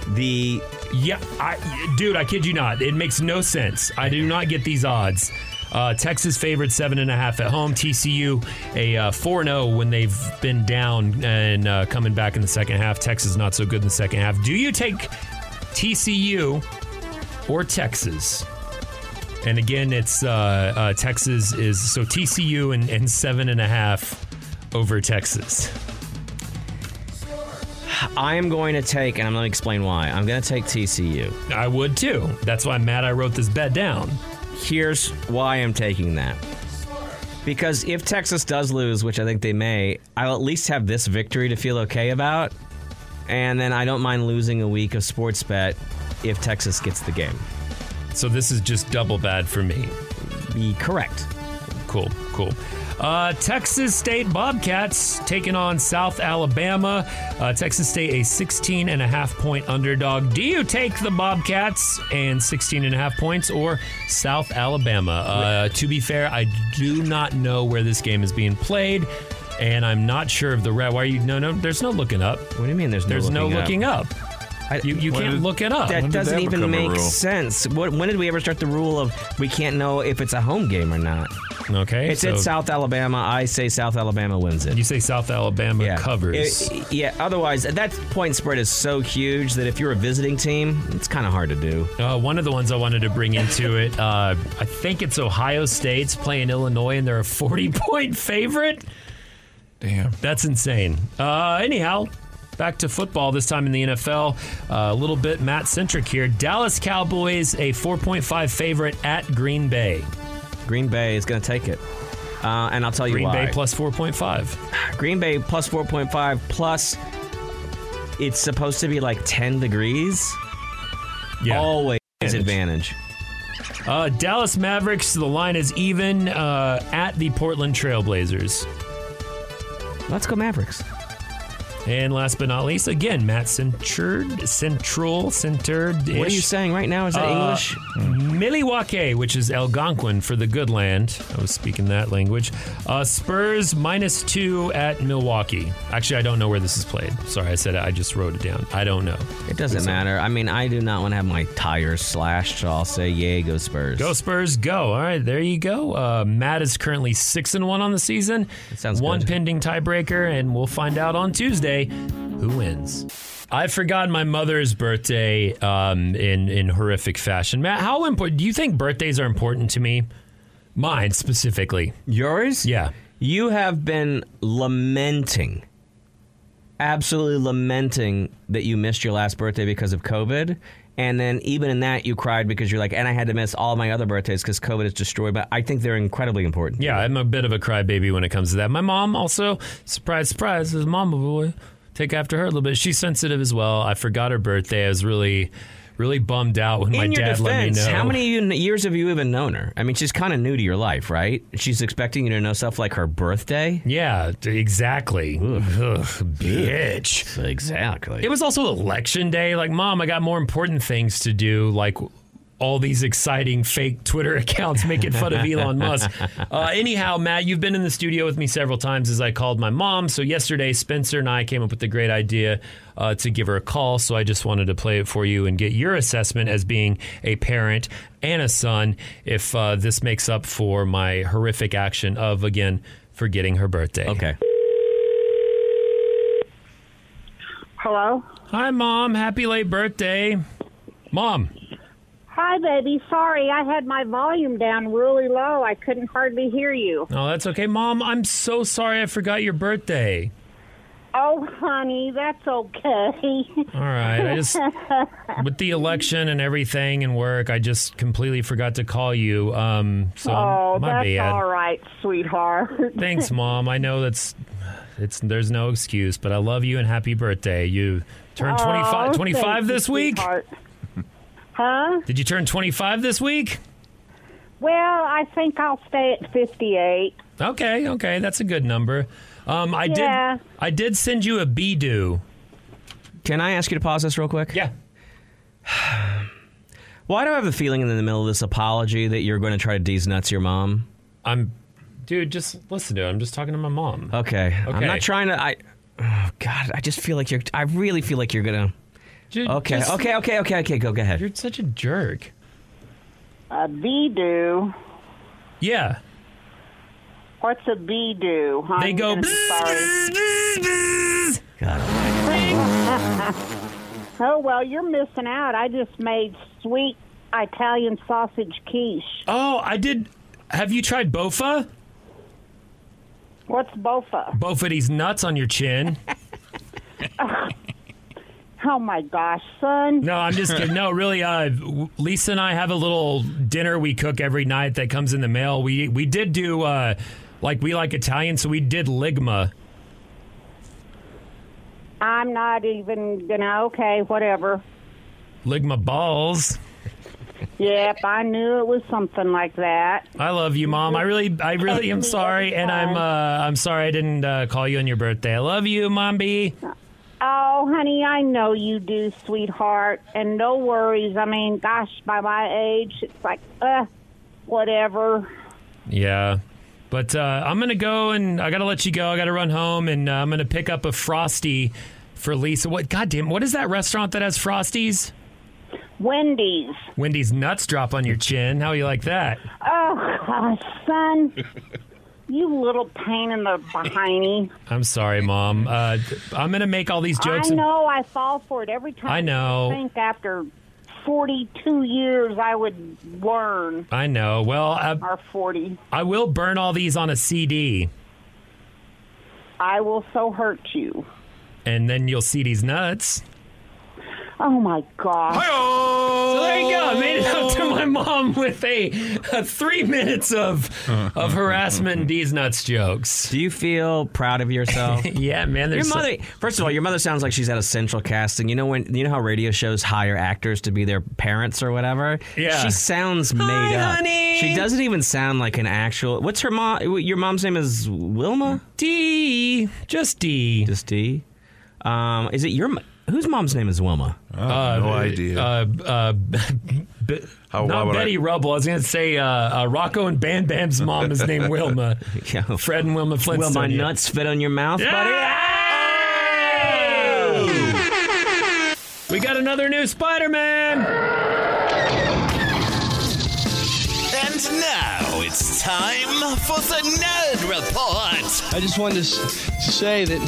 [SPEAKER 7] The
[SPEAKER 1] Yeah, I, dude, I kid you not. It makes no sense. I do not get these odds. Uh, Texas favored seven and a half at home. TCU a uh, four and zero when they've been down and uh, coming back in the second half. Texas not so good in the second half. Do you take TCU or Texas? And again, it's uh, uh, Texas is so TCU and, and seven and a half over Texas.
[SPEAKER 7] I am going to take, and I'm going to explain why. I'm going to take TCU.
[SPEAKER 1] I would too. That's why I'm mad I wrote this bet down.
[SPEAKER 7] Here's why I'm taking that. Because if Texas does lose, which I think they may, I'll at least have this victory to feel okay about. And then I don't mind losing a week of sports bet if Texas gets the game.
[SPEAKER 1] So this is just double bad for me.
[SPEAKER 7] Be correct.
[SPEAKER 1] cool, cool. Uh, Texas State Bobcats taking on South Alabama. Uh, Texas State a 16 and a half point underdog. Do you take the Bobcats and 16 and a half points or South Alabama? Uh, to be fair, I do not know where this game is being played, and I'm not sure of the red. Why are you? No, no, there's no looking up.
[SPEAKER 7] What do you mean there's no
[SPEAKER 1] There's
[SPEAKER 7] looking
[SPEAKER 1] no
[SPEAKER 7] up?
[SPEAKER 1] looking up.
[SPEAKER 7] I-
[SPEAKER 1] You, you
[SPEAKER 2] Why
[SPEAKER 1] can't
[SPEAKER 2] did-
[SPEAKER 1] look it up.
[SPEAKER 7] that
[SPEAKER 2] did
[SPEAKER 7] doesn't
[SPEAKER 2] that
[SPEAKER 7] even
[SPEAKER 2] become a
[SPEAKER 7] make
[SPEAKER 2] rule?
[SPEAKER 7] sense. What, when did we ever start the rule of we can't know if it's a home game or not?
[SPEAKER 1] Okay.
[SPEAKER 7] It's
[SPEAKER 1] so
[SPEAKER 7] at South Alabama. I say South Alabama wins it.
[SPEAKER 1] You say South Alabama covers.
[SPEAKER 7] It- yeah. Otherwise, that point spread is so huge that if you're a visiting team, it's kind of hard to do.
[SPEAKER 1] Uh, one of the ones I wanted to bring
[SPEAKER 7] <laughs>
[SPEAKER 1] into it, uh, I think it's Ohio State's playing Illinois, and they're a 40 <laughs> point favorite.
[SPEAKER 2] Damn.
[SPEAKER 1] That's insane. Uh, anyhow, back to football this time in the NFL. Uh, a little bit Matt centric here. Dallas Cowboys, a 4.5 favorite at Green Bay.
[SPEAKER 7] Green Bay is going to take it, uh, and I'll tell you
[SPEAKER 1] Green
[SPEAKER 7] why.
[SPEAKER 1] Bay plus 4.5.
[SPEAKER 7] Green Bay plus four point five plus. It's supposed to be like ten degrees.
[SPEAKER 1] Yeah.
[SPEAKER 7] Always advantage.
[SPEAKER 1] Oh. Uh, Dallas Mavericks, the line is even uh, at the Portland Trailblazers.
[SPEAKER 7] Let's go Mavericks.
[SPEAKER 1] And last but not least, again, Matt centered, central, centered.
[SPEAKER 7] What are you saying right now? Is that
[SPEAKER 1] Uh,
[SPEAKER 7] English?
[SPEAKER 1] Milwaukee, which is Algonquin for the good land. I was speaking that language. Uh, Spurs minus two at Milwaukee. Actually, I don't know where this is played. Sorry, I said it. I just wrote it down. I don't know.
[SPEAKER 7] It doesn't matter. I mean, I do not want to have my tires slashed, so I'll say, yay, go Spurs.
[SPEAKER 1] Go Spurs, go! All right, there you go. Uh, Matt is currently six and one on the season.
[SPEAKER 7] sounds
[SPEAKER 1] one
[SPEAKER 7] good.
[SPEAKER 1] pending tiebreaker, and we'll find out on Tuesday who wins. I forgot my mother's birthday um, in in horrific fashion. Matt, how important do you think birthdays are important to me? Mine specifically.
[SPEAKER 7] Yours?
[SPEAKER 1] Yeah.
[SPEAKER 7] You have been lamenting, absolutely lamenting that you missed your last birthday because of COVID. And then even in that, you cried because you're like, and I had to miss all my other birthdays because COVID has destroyed. But I think they're incredibly important.
[SPEAKER 1] Yeah, I'm a bit of a crybaby when it comes to that. My mom also, surprise, surprise, is mama boy. Take after her a little bit. She's sensitive as well. I forgot her birthday. I was really, really bummed out when
[SPEAKER 7] In
[SPEAKER 1] my
[SPEAKER 7] your
[SPEAKER 1] dad
[SPEAKER 7] defense,
[SPEAKER 1] let me know.
[SPEAKER 7] how many even- years have you even known her? I mean, she's kind of new to your life, right? She's expecting you to know stuff like her birthday.
[SPEAKER 1] Yeah, d- exactly. Ugh, bitch.
[SPEAKER 7] Exactly.
[SPEAKER 1] It was also election day. Like, mom, I got more important things to do. Like. All these exciting fake Twitter <laughs> accounts making fun of Elon Musk. Uh, anyhow, Matt, you've been in the studio with me several times as I called my mom. So, yesterday, Spencer and I came up with the great idea uh, to give her a call. So, I just wanted to play it for you and get your assessment as being a parent and a son if uh, this makes up for my horrific action of, again, forgetting her birthday.
[SPEAKER 7] okay.
[SPEAKER 10] Hello.
[SPEAKER 1] Hi, Mom. Happy late birthday. Mom,
[SPEAKER 10] Hi, baby. Sorry, I had my volume down really low. I couldn't hardly hear you.
[SPEAKER 1] oh, that's okay. Mom, I'm so sorry I forgot your birthday.
[SPEAKER 10] Oh, honey, that's okay.
[SPEAKER 1] All right. I
[SPEAKER 10] <laughs>
[SPEAKER 1] just, with the election and everything and work, I just completely forgot to call you. Um, so,
[SPEAKER 10] oh,
[SPEAKER 1] my
[SPEAKER 10] that's
[SPEAKER 1] bad.
[SPEAKER 10] all right, sweetheart.
[SPEAKER 1] Thanks, Mom. I know that's, it's, there's no excuse, but I love you and happy birthday. You turned 25,
[SPEAKER 10] Oh,
[SPEAKER 1] 25
[SPEAKER 10] thank
[SPEAKER 1] this
[SPEAKER 10] you,
[SPEAKER 1] week?
[SPEAKER 10] sweetheart. huh?
[SPEAKER 1] Did you turn 25 this week?
[SPEAKER 10] Well, I think I'll stay at 58.
[SPEAKER 1] Okay. Okay. That's a good number. Um, I
[SPEAKER 10] Yeah.
[SPEAKER 1] did, I did send you a be do.
[SPEAKER 7] Can I ask you to pause this real quick?
[SPEAKER 1] Yeah.
[SPEAKER 7] Why do I have a feeling in the middle of this apology that you're going to try to deez nuts your mom?
[SPEAKER 1] I'm, dude. Just listen to it. I'm just talking to my mom.
[SPEAKER 7] Okay. I'm
[SPEAKER 1] Okay.
[SPEAKER 7] not trying to. I. Oh God, I just feel like you're. I really feel like you're gonna.
[SPEAKER 1] Ju-
[SPEAKER 7] okay.
[SPEAKER 1] just-
[SPEAKER 7] okay. Okay. Okay. Okay. Go. Go ahead.
[SPEAKER 1] You're such a jerk.
[SPEAKER 10] A bee do.
[SPEAKER 1] Yeah.
[SPEAKER 10] What's a bee do? Huh?
[SPEAKER 1] They go
[SPEAKER 10] I'm sorry. oh well, you're missing out. I just made sweet Italian sausage quiche.
[SPEAKER 1] Oh, I did. Have you tried Bofa?
[SPEAKER 10] What's bofa?
[SPEAKER 1] Bofa these nuts on your chin.
[SPEAKER 10] <laughs> Oh my gosh, son!
[SPEAKER 1] No, I'm just kidding. No, really. Uh, w- Lisa and I have a little dinner we cook every night that comes in the mail. We we did do uh, like we like Italian, so we did ligma.
[SPEAKER 10] I'm not even gonna. Okay, whatever.
[SPEAKER 1] Ligma balls.
[SPEAKER 10] Yep, I knew it was something like that.
[SPEAKER 1] I love you, mom. I really, I really
[SPEAKER 10] <laughs>
[SPEAKER 1] am sorry, and I'm, uh, I'm sorry I didn't uh, call you on your birthday. I love you, mom B.
[SPEAKER 10] Oh, honey, I know you do, sweetheart, and no worries. I mean, gosh, by my age, it's like, uh, whatever.
[SPEAKER 1] Yeah, but uh, I'm gonna go and I gotta let you go. I gotta run home, and uh, I'm gonna pick up a frosty for Lisa. What? Goddamn! What is that restaurant that has frosties?
[SPEAKER 10] Wendy's.
[SPEAKER 1] Wendy's nuts drop on your chin. How you like that?
[SPEAKER 10] Oh, gosh,
[SPEAKER 1] <laughs>
[SPEAKER 10] son, you little pain in the behindy.
[SPEAKER 1] I'm sorry, mom. Uh, th- I'm gonna make all these jokes.
[SPEAKER 10] I know I fall for it every time.
[SPEAKER 1] I know.
[SPEAKER 10] I think after 42 years, I would learn.
[SPEAKER 1] I know. Well, I,
[SPEAKER 10] Or 40.
[SPEAKER 1] I will burn all these on a CD,
[SPEAKER 10] I will so hurt you.
[SPEAKER 1] and then you'll see these nuts.
[SPEAKER 10] Oh, my gosh.
[SPEAKER 1] So there you go. I made it up to
[SPEAKER 7] Oh.
[SPEAKER 1] my mom with a, a three minutes of of harassment and these nuts jokes.
[SPEAKER 7] Do you feel proud
[SPEAKER 1] <laughs>
[SPEAKER 7] of yourself?
[SPEAKER 1] yeah, man.
[SPEAKER 7] Your
[SPEAKER 1] There's so-
[SPEAKER 7] mother. First of all, your mother sounds like she's at a central casting. You know when you know how radio shows hire actors to be their parents or whatever.
[SPEAKER 1] Yeah.
[SPEAKER 7] She sounds made up.
[SPEAKER 1] honey.
[SPEAKER 7] She doesn't even sound like an actual. What's her mom? Your mom's name is Wilma.
[SPEAKER 1] D, just D.
[SPEAKER 7] Just D. Um, is it your? mo- Whose mom's name is Wilma?
[SPEAKER 1] Uh,
[SPEAKER 2] no idea.
[SPEAKER 1] Uh, uh, b-
[SPEAKER 2] How- Oh, why
[SPEAKER 1] not
[SPEAKER 2] would I-
[SPEAKER 1] Betty Rubble. I was going to say uh, uh, Rocco and Bam Bam's mom is named
[SPEAKER 2] <laughs>
[SPEAKER 1] Wilma.
[SPEAKER 7] <laughs> Yeah.
[SPEAKER 1] Fred and Wilma
[SPEAKER 7] Will
[SPEAKER 1] Flintstone.
[SPEAKER 7] my
[SPEAKER 1] yeah.
[SPEAKER 7] nuts fit on your mouth,
[SPEAKER 1] We got another new Spider Man.
[SPEAKER 8] And now it's time for the Nerd Report.
[SPEAKER 11] I just wanted to, s- to say that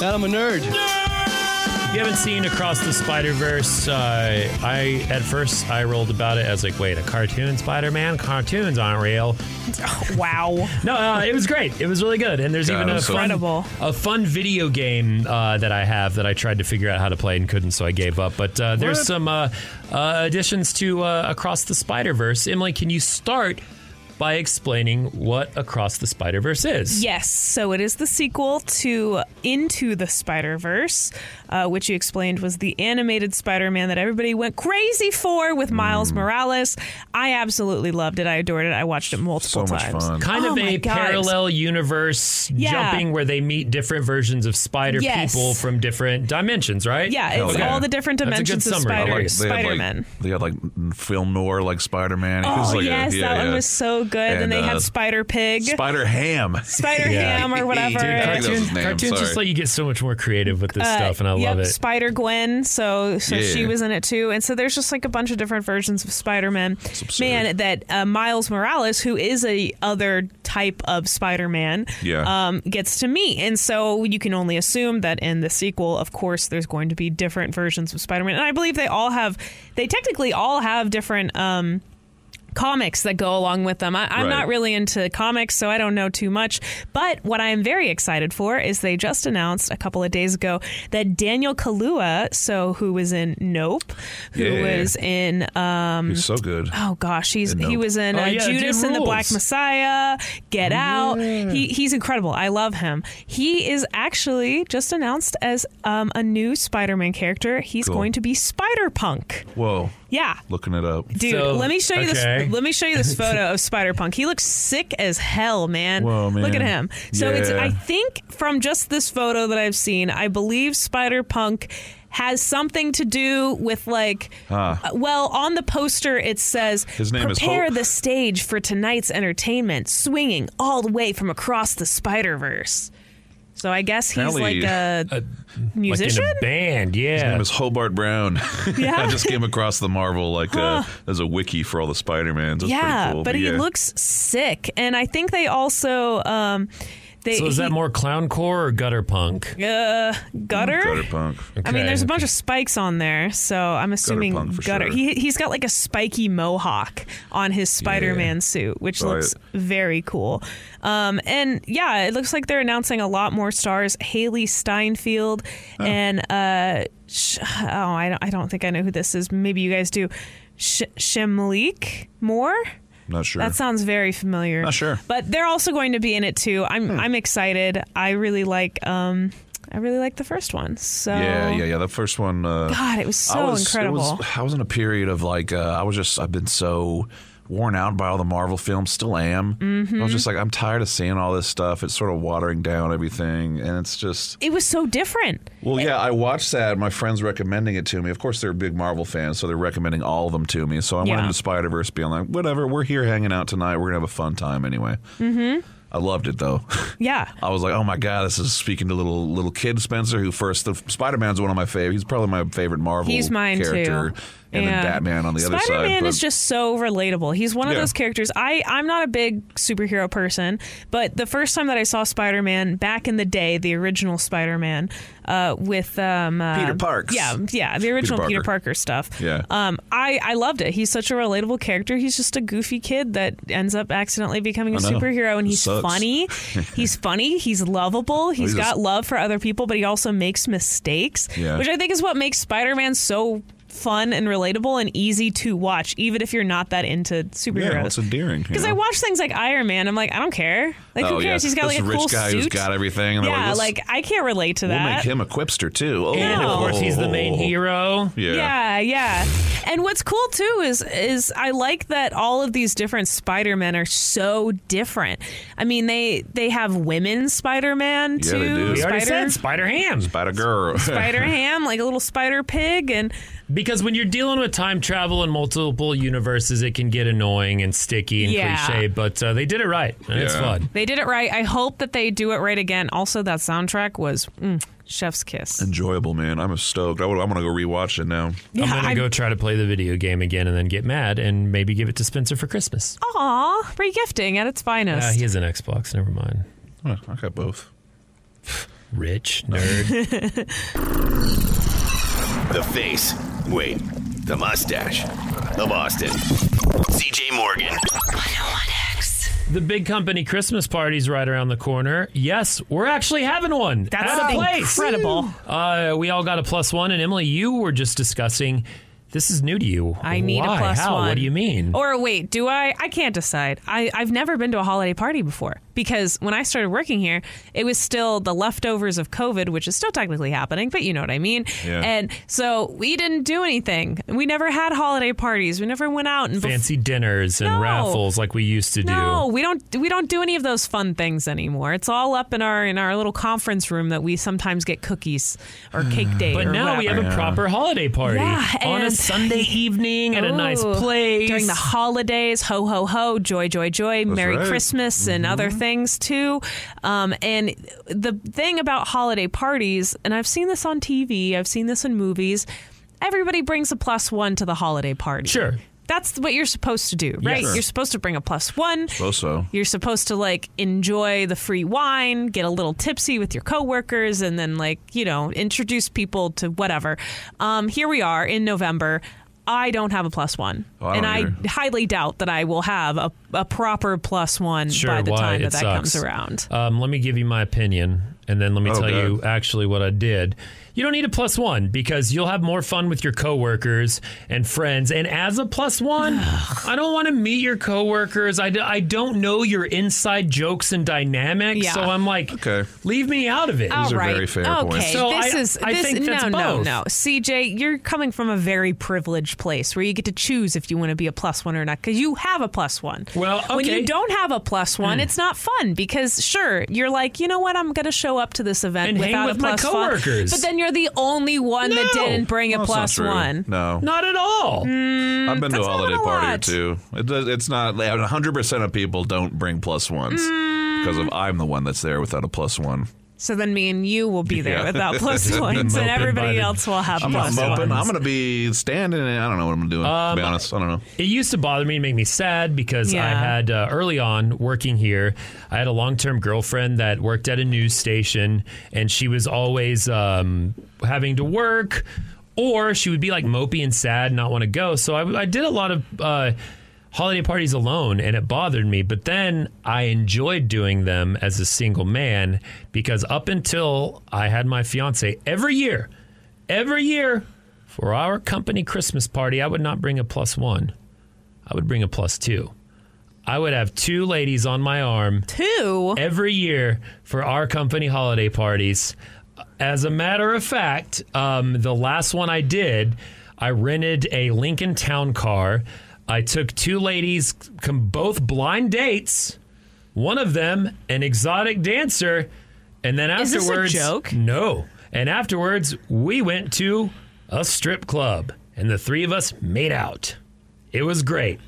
[SPEAKER 11] that I'm a nerd.
[SPEAKER 1] If you haven't seen Across the Spider Verse, uh, I at first I rolled about it. I was like, wait, a cartoon Spider Man? Cartoons aren't real.
[SPEAKER 3] wow.
[SPEAKER 1] No, uh, it was great. It was really good. And there's
[SPEAKER 2] God,
[SPEAKER 1] even
[SPEAKER 2] it
[SPEAKER 1] a
[SPEAKER 2] was so-
[SPEAKER 1] fun,
[SPEAKER 3] Incredible.
[SPEAKER 1] a fun video game uh, that I have that I tried to figure out how to play and couldn't, so I gave up. But uh, there's some uh, uh, additions to uh, Across the Spider Verse. Emily, can you start by explaining what Across the Spider Verse is?
[SPEAKER 3] Yes, so it is the sequel to Into the Spider Verse, uh, which you explained was the animated Spider Man that everybody went crazy for with Miles
[SPEAKER 2] Mm.
[SPEAKER 3] Morales. I absolutely loved it. I adored it. I watched it
[SPEAKER 2] so
[SPEAKER 3] multiple
[SPEAKER 2] much
[SPEAKER 3] times.
[SPEAKER 2] fun.
[SPEAKER 1] Kind
[SPEAKER 3] Oh
[SPEAKER 1] of
[SPEAKER 3] my
[SPEAKER 1] a
[SPEAKER 3] God, it was-
[SPEAKER 1] parallel universe
[SPEAKER 3] Yeah.
[SPEAKER 1] jumping where they meet different versions of spider
[SPEAKER 3] Yes.
[SPEAKER 1] people from different dimensions, right?
[SPEAKER 3] Yeah, it's
[SPEAKER 2] yeah.
[SPEAKER 3] all the different
[SPEAKER 1] That's a good
[SPEAKER 3] dimensions of
[SPEAKER 1] summary. I
[SPEAKER 2] I like, they
[SPEAKER 3] Spider
[SPEAKER 2] had
[SPEAKER 3] Spider Man.
[SPEAKER 2] like they had like film noir like Spider Man.
[SPEAKER 3] Oh yes, that one was so good. And,
[SPEAKER 2] And,
[SPEAKER 3] they
[SPEAKER 2] uh,
[SPEAKER 3] had Spider Pig,
[SPEAKER 2] Spider Ham.
[SPEAKER 3] Spider
[SPEAKER 1] Yeah.
[SPEAKER 3] Ham, or whatever.
[SPEAKER 2] Dude, I think that was his
[SPEAKER 1] Cartoons,
[SPEAKER 2] name,
[SPEAKER 1] cartoons just
[SPEAKER 2] sorry.
[SPEAKER 1] let you get so much more creative with this
[SPEAKER 3] Uh,
[SPEAKER 1] stuff, and I
[SPEAKER 3] yep,
[SPEAKER 1] love it.
[SPEAKER 3] Spider Gwen, so so
[SPEAKER 2] Yeah.
[SPEAKER 3] she was in it too, and so there's just like a bunch of different versions of Spider Man.
[SPEAKER 2] absurd.
[SPEAKER 3] Man, that uh, Miles Morales, who is a other type of Spider Man,
[SPEAKER 2] Yeah.
[SPEAKER 3] um, gets to meet, and so you can only assume that in the sequel, of course, there's going to be different versions of Spider Man, and I believe they all have, they technically all have different. Um, comics that go along with them. I, I'm
[SPEAKER 2] Right.
[SPEAKER 3] not really into comics, so I don't know too much. But what I am very excited for is they just announced a couple of days ago that Daniel Kaluuya, so who was in Nope, who
[SPEAKER 2] Yeah.
[SPEAKER 3] was in um,
[SPEAKER 2] He's so good.
[SPEAKER 3] oh gosh, he's
[SPEAKER 2] In
[SPEAKER 3] he
[SPEAKER 2] Nope.
[SPEAKER 3] was in
[SPEAKER 1] Oh,
[SPEAKER 3] uh,
[SPEAKER 1] yeah, dude
[SPEAKER 3] Judas and the
[SPEAKER 1] rules.
[SPEAKER 3] Black Messiah, Get Out. He he's incredible. I love him. He is actually just announced as um, a new Spider-Man character. He's
[SPEAKER 2] Cool.
[SPEAKER 3] going to be Spider Punk.
[SPEAKER 2] Whoa,
[SPEAKER 3] Yeah.
[SPEAKER 2] looking it up.
[SPEAKER 3] Dude,
[SPEAKER 1] So-
[SPEAKER 3] let me show you
[SPEAKER 1] okay.
[SPEAKER 3] this. Let me show
[SPEAKER 2] <laughs>
[SPEAKER 3] you this photo of Spider Punk. He looks sick as hell, man.
[SPEAKER 2] Whoa, man.
[SPEAKER 3] Look at him. So it's.
[SPEAKER 2] Yeah.
[SPEAKER 3] I think from just this photo that I've seen, I believe Spider Punk has something to do with like
[SPEAKER 2] Ah.
[SPEAKER 3] uh, well on the poster it says
[SPEAKER 2] His name is
[SPEAKER 3] prepare
[SPEAKER 2] Hope."
[SPEAKER 3] the stage for tonight's entertainment swinging all the way from across the Spider-Verse. So I guess he's
[SPEAKER 2] Apparently-
[SPEAKER 3] like a, musician.
[SPEAKER 1] band, yeah.
[SPEAKER 2] His name is Hobart
[SPEAKER 3] <laughs>
[SPEAKER 2] Brown.
[SPEAKER 3] Yeah.
[SPEAKER 2] <laughs> I just came across the Marvel like uh,
[SPEAKER 3] Huh.
[SPEAKER 2] there's a wiki for all the Spider Mans.
[SPEAKER 3] yeah,
[SPEAKER 2] pretty cool.
[SPEAKER 3] but, he
[SPEAKER 2] yeah.
[SPEAKER 3] looks sick and I think they also um they
[SPEAKER 1] so is that
[SPEAKER 3] he-
[SPEAKER 1] more clown core or gutter punk?
[SPEAKER 3] uh, gutter?
[SPEAKER 2] punk.
[SPEAKER 3] I mean, there's a bunch of spikes on there, so I'm assuming gutter.
[SPEAKER 2] punk for sure.
[SPEAKER 3] He he's got like a spiky mohawk on his Spider-Man suit, which
[SPEAKER 2] Right.
[SPEAKER 3] looks very cool. Um, and yeah, it looks like they're announcing a lot more stars: Haley Steinfeld and uh, sh- oh, I don't, I don't think I know who this is. Maybe you guys do. Sh- Shemlik Moore.
[SPEAKER 2] Not sure.
[SPEAKER 3] That sounds very familiar.
[SPEAKER 2] Not sure. Hmm.
[SPEAKER 3] But they're also going to be in it too. I'm I'm excited. I really like um I really like the first one. So
[SPEAKER 2] Yeah, yeah, yeah. The first one. Uh,
[SPEAKER 3] God, it was
[SPEAKER 2] I
[SPEAKER 3] so
[SPEAKER 2] was- it
[SPEAKER 3] incredible.
[SPEAKER 2] was- I was in a period of like, uh, I was just, I've been so worn out by all the Marvel films, still am. I
[SPEAKER 3] Mhm.
[SPEAKER 2] was just like, I'm tired of seeing all this stuff. It's sort of watering down everything. And it's just,
[SPEAKER 3] It was so different.
[SPEAKER 2] well, yeah, I watched that. My friends recommending it to me. Of course, they're big Marvel fans, so they're recommending all of them to me. So I went
[SPEAKER 3] Yeah.
[SPEAKER 2] into Spider Verse being like, whatever, we're here hanging out tonight. We're going to have a fun time anyway.
[SPEAKER 3] Mm-hmm.
[SPEAKER 2] I loved it though. <laughs>
[SPEAKER 3] Yeah.
[SPEAKER 2] I was like, oh my god, this is speaking to little little kid Spencer, who first the Spider Man's one of my favorite. He's probably my favorite Marvel.
[SPEAKER 3] He's mine
[SPEAKER 2] character,
[SPEAKER 3] too.
[SPEAKER 2] and then Batman on the other side.
[SPEAKER 3] Spider-Man
[SPEAKER 2] but-
[SPEAKER 3] is just so relatable. He's one of
[SPEAKER 2] Yeah.
[SPEAKER 3] those characters. I I'm not a big superhero person, but the first time that I saw Spider-Man back in the day, the original Spider-Man, uh, with um, uh,
[SPEAKER 2] Peter Parks.
[SPEAKER 3] Yeah, yeah, the original
[SPEAKER 2] Parker.
[SPEAKER 3] Peter Parker stuff.
[SPEAKER 2] yeah.
[SPEAKER 3] Um, I, I loved it. He's such a relatable character. He's just a goofy kid that ends up accidentally becoming a
[SPEAKER 2] I know.
[SPEAKER 3] superhero, and
[SPEAKER 2] It
[SPEAKER 3] he's
[SPEAKER 2] sucks. <laughs>
[SPEAKER 3] funny. he's funny. He's lovable. he's
[SPEAKER 2] he's
[SPEAKER 3] got
[SPEAKER 2] just-
[SPEAKER 3] love for other people, but he also makes mistakes,
[SPEAKER 2] Yeah.
[SPEAKER 3] which I think is what makes Spider Man so fun and relatable and easy to watch, even if you're not that into
[SPEAKER 2] yeah, it's
[SPEAKER 3] superheroes.
[SPEAKER 2] endearing. you
[SPEAKER 3] Because I
[SPEAKER 2] know?
[SPEAKER 3] watch things like Iron Man, I'm like, I don't care. Like,
[SPEAKER 2] Oh,
[SPEAKER 3] who
[SPEAKER 2] yeah.
[SPEAKER 3] cares? He's got
[SPEAKER 2] This
[SPEAKER 3] like a
[SPEAKER 2] rich
[SPEAKER 3] cool
[SPEAKER 2] guy
[SPEAKER 3] suit.
[SPEAKER 2] who's got everything. And they're
[SPEAKER 3] yeah,
[SPEAKER 2] let's-
[SPEAKER 3] like I can't relate to
[SPEAKER 2] we'll
[SPEAKER 3] that.
[SPEAKER 2] make him a quipster too. Oh,
[SPEAKER 1] And of course, he's the main hero.
[SPEAKER 2] Yeah.
[SPEAKER 3] Yeah, yeah. And what's cool too is is I like that all of these different Spider-Men are so different. I mean, they they have women Spider-Man
[SPEAKER 2] Yeah,
[SPEAKER 3] too.
[SPEAKER 2] they do.
[SPEAKER 1] We already
[SPEAKER 3] Spider-
[SPEAKER 1] said Spider Ham.
[SPEAKER 2] Spider Girl.
[SPEAKER 3] Spider Ham, like a little spider pig, and
[SPEAKER 1] Because when you're dealing with time travel and multiple universes, it can get annoying and sticky and
[SPEAKER 3] Yeah.
[SPEAKER 1] cliche. But uh, they did it right, and it's
[SPEAKER 2] Yeah.
[SPEAKER 1] fun.
[SPEAKER 3] they did it right. I hope that they do it right again. Also, that soundtrack was mm, Chef's Kiss.
[SPEAKER 2] <laughs> Enjoyable, man. I'm stoked. I would, I'm gonna go rewatch it now.
[SPEAKER 1] I'm
[SPEAKER 3] Yeah,
[SPEAKER 1] gonna
[SPEAKER 3] I-
[SPEAKER 1] go try to play the video game again and then get mad and maybe give it to Spencer for Christmas.
[SPEAKER 3] Oh, Aw, regifting at its
[SPEAKER 1] Uh,
[SPEAKER 3] finest.
[SPEAKER 1] he has an Xbox. Never mind.
[SPEAKER 2] Huh, I got both.
[SPEAKER 1] Rich
[SPEAKER 3] <laughs>
[SPEAKER 1] nerd.
[SPEAKER 8] The face. Wait. The mustache. The Boston. CJ Morgan.
[SPEAKER 1] the big company Christmas party's right around the corner. Yes, we're actually having one.
[SPEAKER 3] That's
[SPEAKER 1] at a
[SPEAKER 3] something
[SPEAKER 1] place.
[SPEAKER 3] incredible.
[SPEAKER 1] Uh, we all got a plus one, and Emily, you were just discussing. This is new to you.
[SPEAKER 3] I need
[SPEAKER 1] Why?
[SPEAKER 3] a plus
[SPEAKER 1] How?
[SPEAKER 3] one. Oh.
[SPEAKER 1] What do you mean?
[SPEAKER 3] Or wait, do I? I can't decide. I, I've never been to a holiday party before because when I started working here, it was still the leftovers of COVID, which is still technically happening, but you know what I mean.
[SPEAKER 1] Yeah.
[SPEAKER 3] And so we didn't do anything. We never had holiday parties. We never went out and bef-
[SPEAKER 1] Fancy dinners and
[SPEAKER 3] No.
[SPEAKER 1] raffles like we used to
[SPEAKER 3] no,
[SPEAKER 1] do.
[SPEAKER 3] we don't. We don't do any of those fun things anymore. It's all up in our in our little conference room that we sometimes get cookies or
[SPEAKER 1] <sighs>
[SPEAKER 3] cake day.
[SPEAKER 1] But
[SPEAKER 3] or
[SPEAKER 1] now we have
[SPEAKER 3] whatever.
[SPEAKER 1] a proper holiday party
[SPEAKER 3] Yeah,
[SPEAKER 1] on a
[SPEAKER 3] and-
[SPEAKER 1] Sunday evening at a nice
[SPEAKER 3] Ooh.
[SPEAKER 1] place
[SPEAKER 3] During the holidays, ho, ho, ho, joy, joy, joy, Merry
[SPEAKER 1] right. Mm-hmm.
[SPEAKER 3] Christmas, and other things too. Um, and the thing about holiday parties, and I've seen this on TV, I've seen this in movies, everybody brings a plus one to the holiday party. Sure. That's what you're supposed to do, right?
[SPEAKER 2] Sure.
[SPEAKER 3] You're supposed to bring a plus one.
[SPEAKER 2] Suppose so.
[SPEAKER 3] You're supposed to like enjoy the free wine, get a little tipsy with your coworkers, and then like you know introduce people to whatever. Um, here we are in November. I don't have a plus one,
[SPEAKER 1] Oh, I
[SPEAKER 3] and
[SPEAKER 1] don't
[SPEAKER 3] I
[SPEAKER 1] either.
[SPEAKER 3] highly doubt that I will have a, a proper plus one
[SPEAKER 1] Sure,
[SPEAKER 3] by the
[SPEAKER 1] why
[SPEAKER 3] time
[SPEAKER 1] it
[SPEAKER 3] that that
[SPEAKER 1] sucks.
[SPEAKER 3] comes around.
[SPEAKER 1] Um, let me give you my opinion, and then let me
[SPEAKER 2] Oh,
[SPEAKER 1] tell
[SPEAKER 2] God.
[SPEAKER 1] you actually what I did. You don't need a plus one because you'll have more fun with your coworkers and friends. And as a plus one, I don't want to meet your coworkers. I, d- I don't know your inside jokes and dynamics.
[SPEAKER 3] Yeah. Oh.
[SPEAKER 1] So I'm like,
[SPEAKER 2] Okay.
[SPEAKER 1] leave me out of it.
[SPEAKER 3] All right. okay. this is
[SPEAKER 1] I
[SPEAKER 3] this
[SPEAKER 1] think that's
[SPEAKER 3] no no
[SPEAKER 1] both.
[SPEAKER 3] no. CJ, you're coming from a very privileged place where you get to choose if you want to be a plus one or not because you have a plus one. Well, when
[SPEAKER 1] okay. Hmm.
[SPEAKER 3] you don't have a plus one, it's not fun because sure you're like you know what I'm going to show up to this event
[SPEAKER 1] And hang
[SPEAKER 3] without
[SPEAKER 1] with
[SPEAKER 3] a
[SPEAKER 1] my
[SPEAKER 3] plus
[SPEAKER 1] coworkers.
[SPEAKER 3] one, but then you're you're the only one that
[SPEAKER 2] No.
[SPEAKER 3] didn't bring a
[SPEAKER 2] No, it's not
[SPEAKER 3] plus
[SPEAKER 2] true.
[SPEAKER 3] one.
[SPEAKER 2] No.
[SPEAKER 1] Not at all.
[SPEAKER 3] Mm,
[SPEAKER 2] I've been to a
[SPEAKER 3] that's not
[SPEAKER 2] holiday
[SPEAKER 3] a
[SPEAKER 2] party or
[SPEAKER 3] lot.
[SPEAKER 2] two. It does, it's not 100% of people don't bring plus ones
[SPEAKER 3] Mm.
[SPEAKER 2] because of I'm the one that's there without a plus one.
[SPEAKER 3] So then me and you will be there
[SPEAKER 2] Yeah. <laughs>
[SPEAKER 3] without plus
[SPEAKER 2] Be
[SPEAKER 3] ones,
[SPEAKER 2] moping
[SPEAKER 3] and
[SPEAKER 2] by
[SPEAKER 3] everybody
[SPEAKER 2] the-
[SPEAKER 3] else will have
[SPEAKER 2] I'm
[SPEAKER 3] plus
[SPEAKER 2] not moping.
[SPEAKER 3] ones.
[SPEAKER 2] I'm going to be standing and I don't know what I'm doing. to be
[SPEAKER 1] Um,
[SPEAKER 2] honest, I don't know.
[SPEAKER 1] It used to bother me and make me sad because I
[SPEAKER 3] Yeah.
[SPEAKER 1] had uh, early on working here, I had a long term girlfriend that worked at a news station and she was always um, having to work or she would be like mopey and sad and not want to go. So I, I did a lot of uh, holiday parties alone and it bothered me. But then I enjoyed doing them as a single man because up until I had my fiance, every year, every year, for our company Christmas party, I would not bring a plus one. I would bring a plus two. I would have two ladies on my arm.
[SPEAKER 3] Two?
[SPEAKER 1] Every year for our company holiday parties. As a matter of fact, um, the last one I did, I rented a Lincoln Town Car. I took two ladies, com- both blind dates, one of them an exotic dancer, and then
[SPEAKER 3] Is this a
[SPEAKER 1] afterwards.
[SPEAKER 3] joke?
[SPEAKER 1] No. And afterwards, we went to a strip club, and the three of us made out. It was great.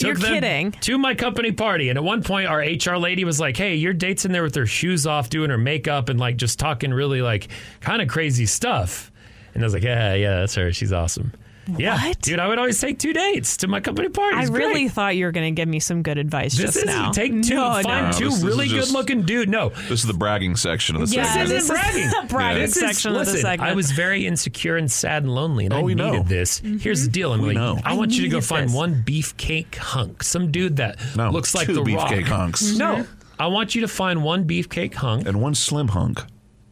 [SPEAKER 3] You're
[SPEAKER 1] them
[SPEAKER 3] kidding.
[SPEAKER 1] To my company party, and at one point, our HR lady was like, "Hey, your date's in there with her shoes off, doing her makeup, and like just talking really like kind of crazy stuff." And I was like, "Yeah, yeah, that's her. She's awesome." Yeah, dude, I would always take two dates to my company party.
[SPEAKER 3] I
[SPEAKER 1] It's great.
[SPEAKER 3] really thought you were going to give me some good advice
[SPEAKER 1] This
[SPEAKER 3] just
[SPEAKER 1] isn't
[SPEAKER 3] now.
[SPEAKER 1] take two.
[SPEAKER 3] No, no.
[SPEAKER 1] Find two really good-looking dude. No,
[SPEAKER 2] this is the bragging section of the
[SPEAKER 3] Yeah,
[SPEAKER 2] segment.
[SPEAKER 3] this is <laughs> the bragging
[SPEAKER 1] This is-
[SPEAKER 3] section of the
[SPEAKER 1] listen,
[SPEAKER 3] segment.
[SPEAKER 1] I was very insecure and sad and lonely,
[SPEAKER 2] Oh,
[SPEAKER 1] and I needed this.
[SPEAKER 3] Mm-hmm.
[SPEAKER 1] Here's the deal: I'm like, I want you to go
[SPEAKER 2] needed
[SPEAKER 1] find
[SPEAKER 2] this.
[SPEAKER 1] one beefcake hunk, some dude that looks like
[SPEAKER 2] two
[SPEAKER 1] the Rock.
[SPEAKER 2] beefcake
[SPEAKER 3] Mm-hmm.
[SPEAKER 2] hunks.
[SPEAKER 1] No,
[SPEAKER 2] Mhm.
[SPEAKER 1] I want you to find one beefcake hunk
[SPEAKER 2] and one slim hunk,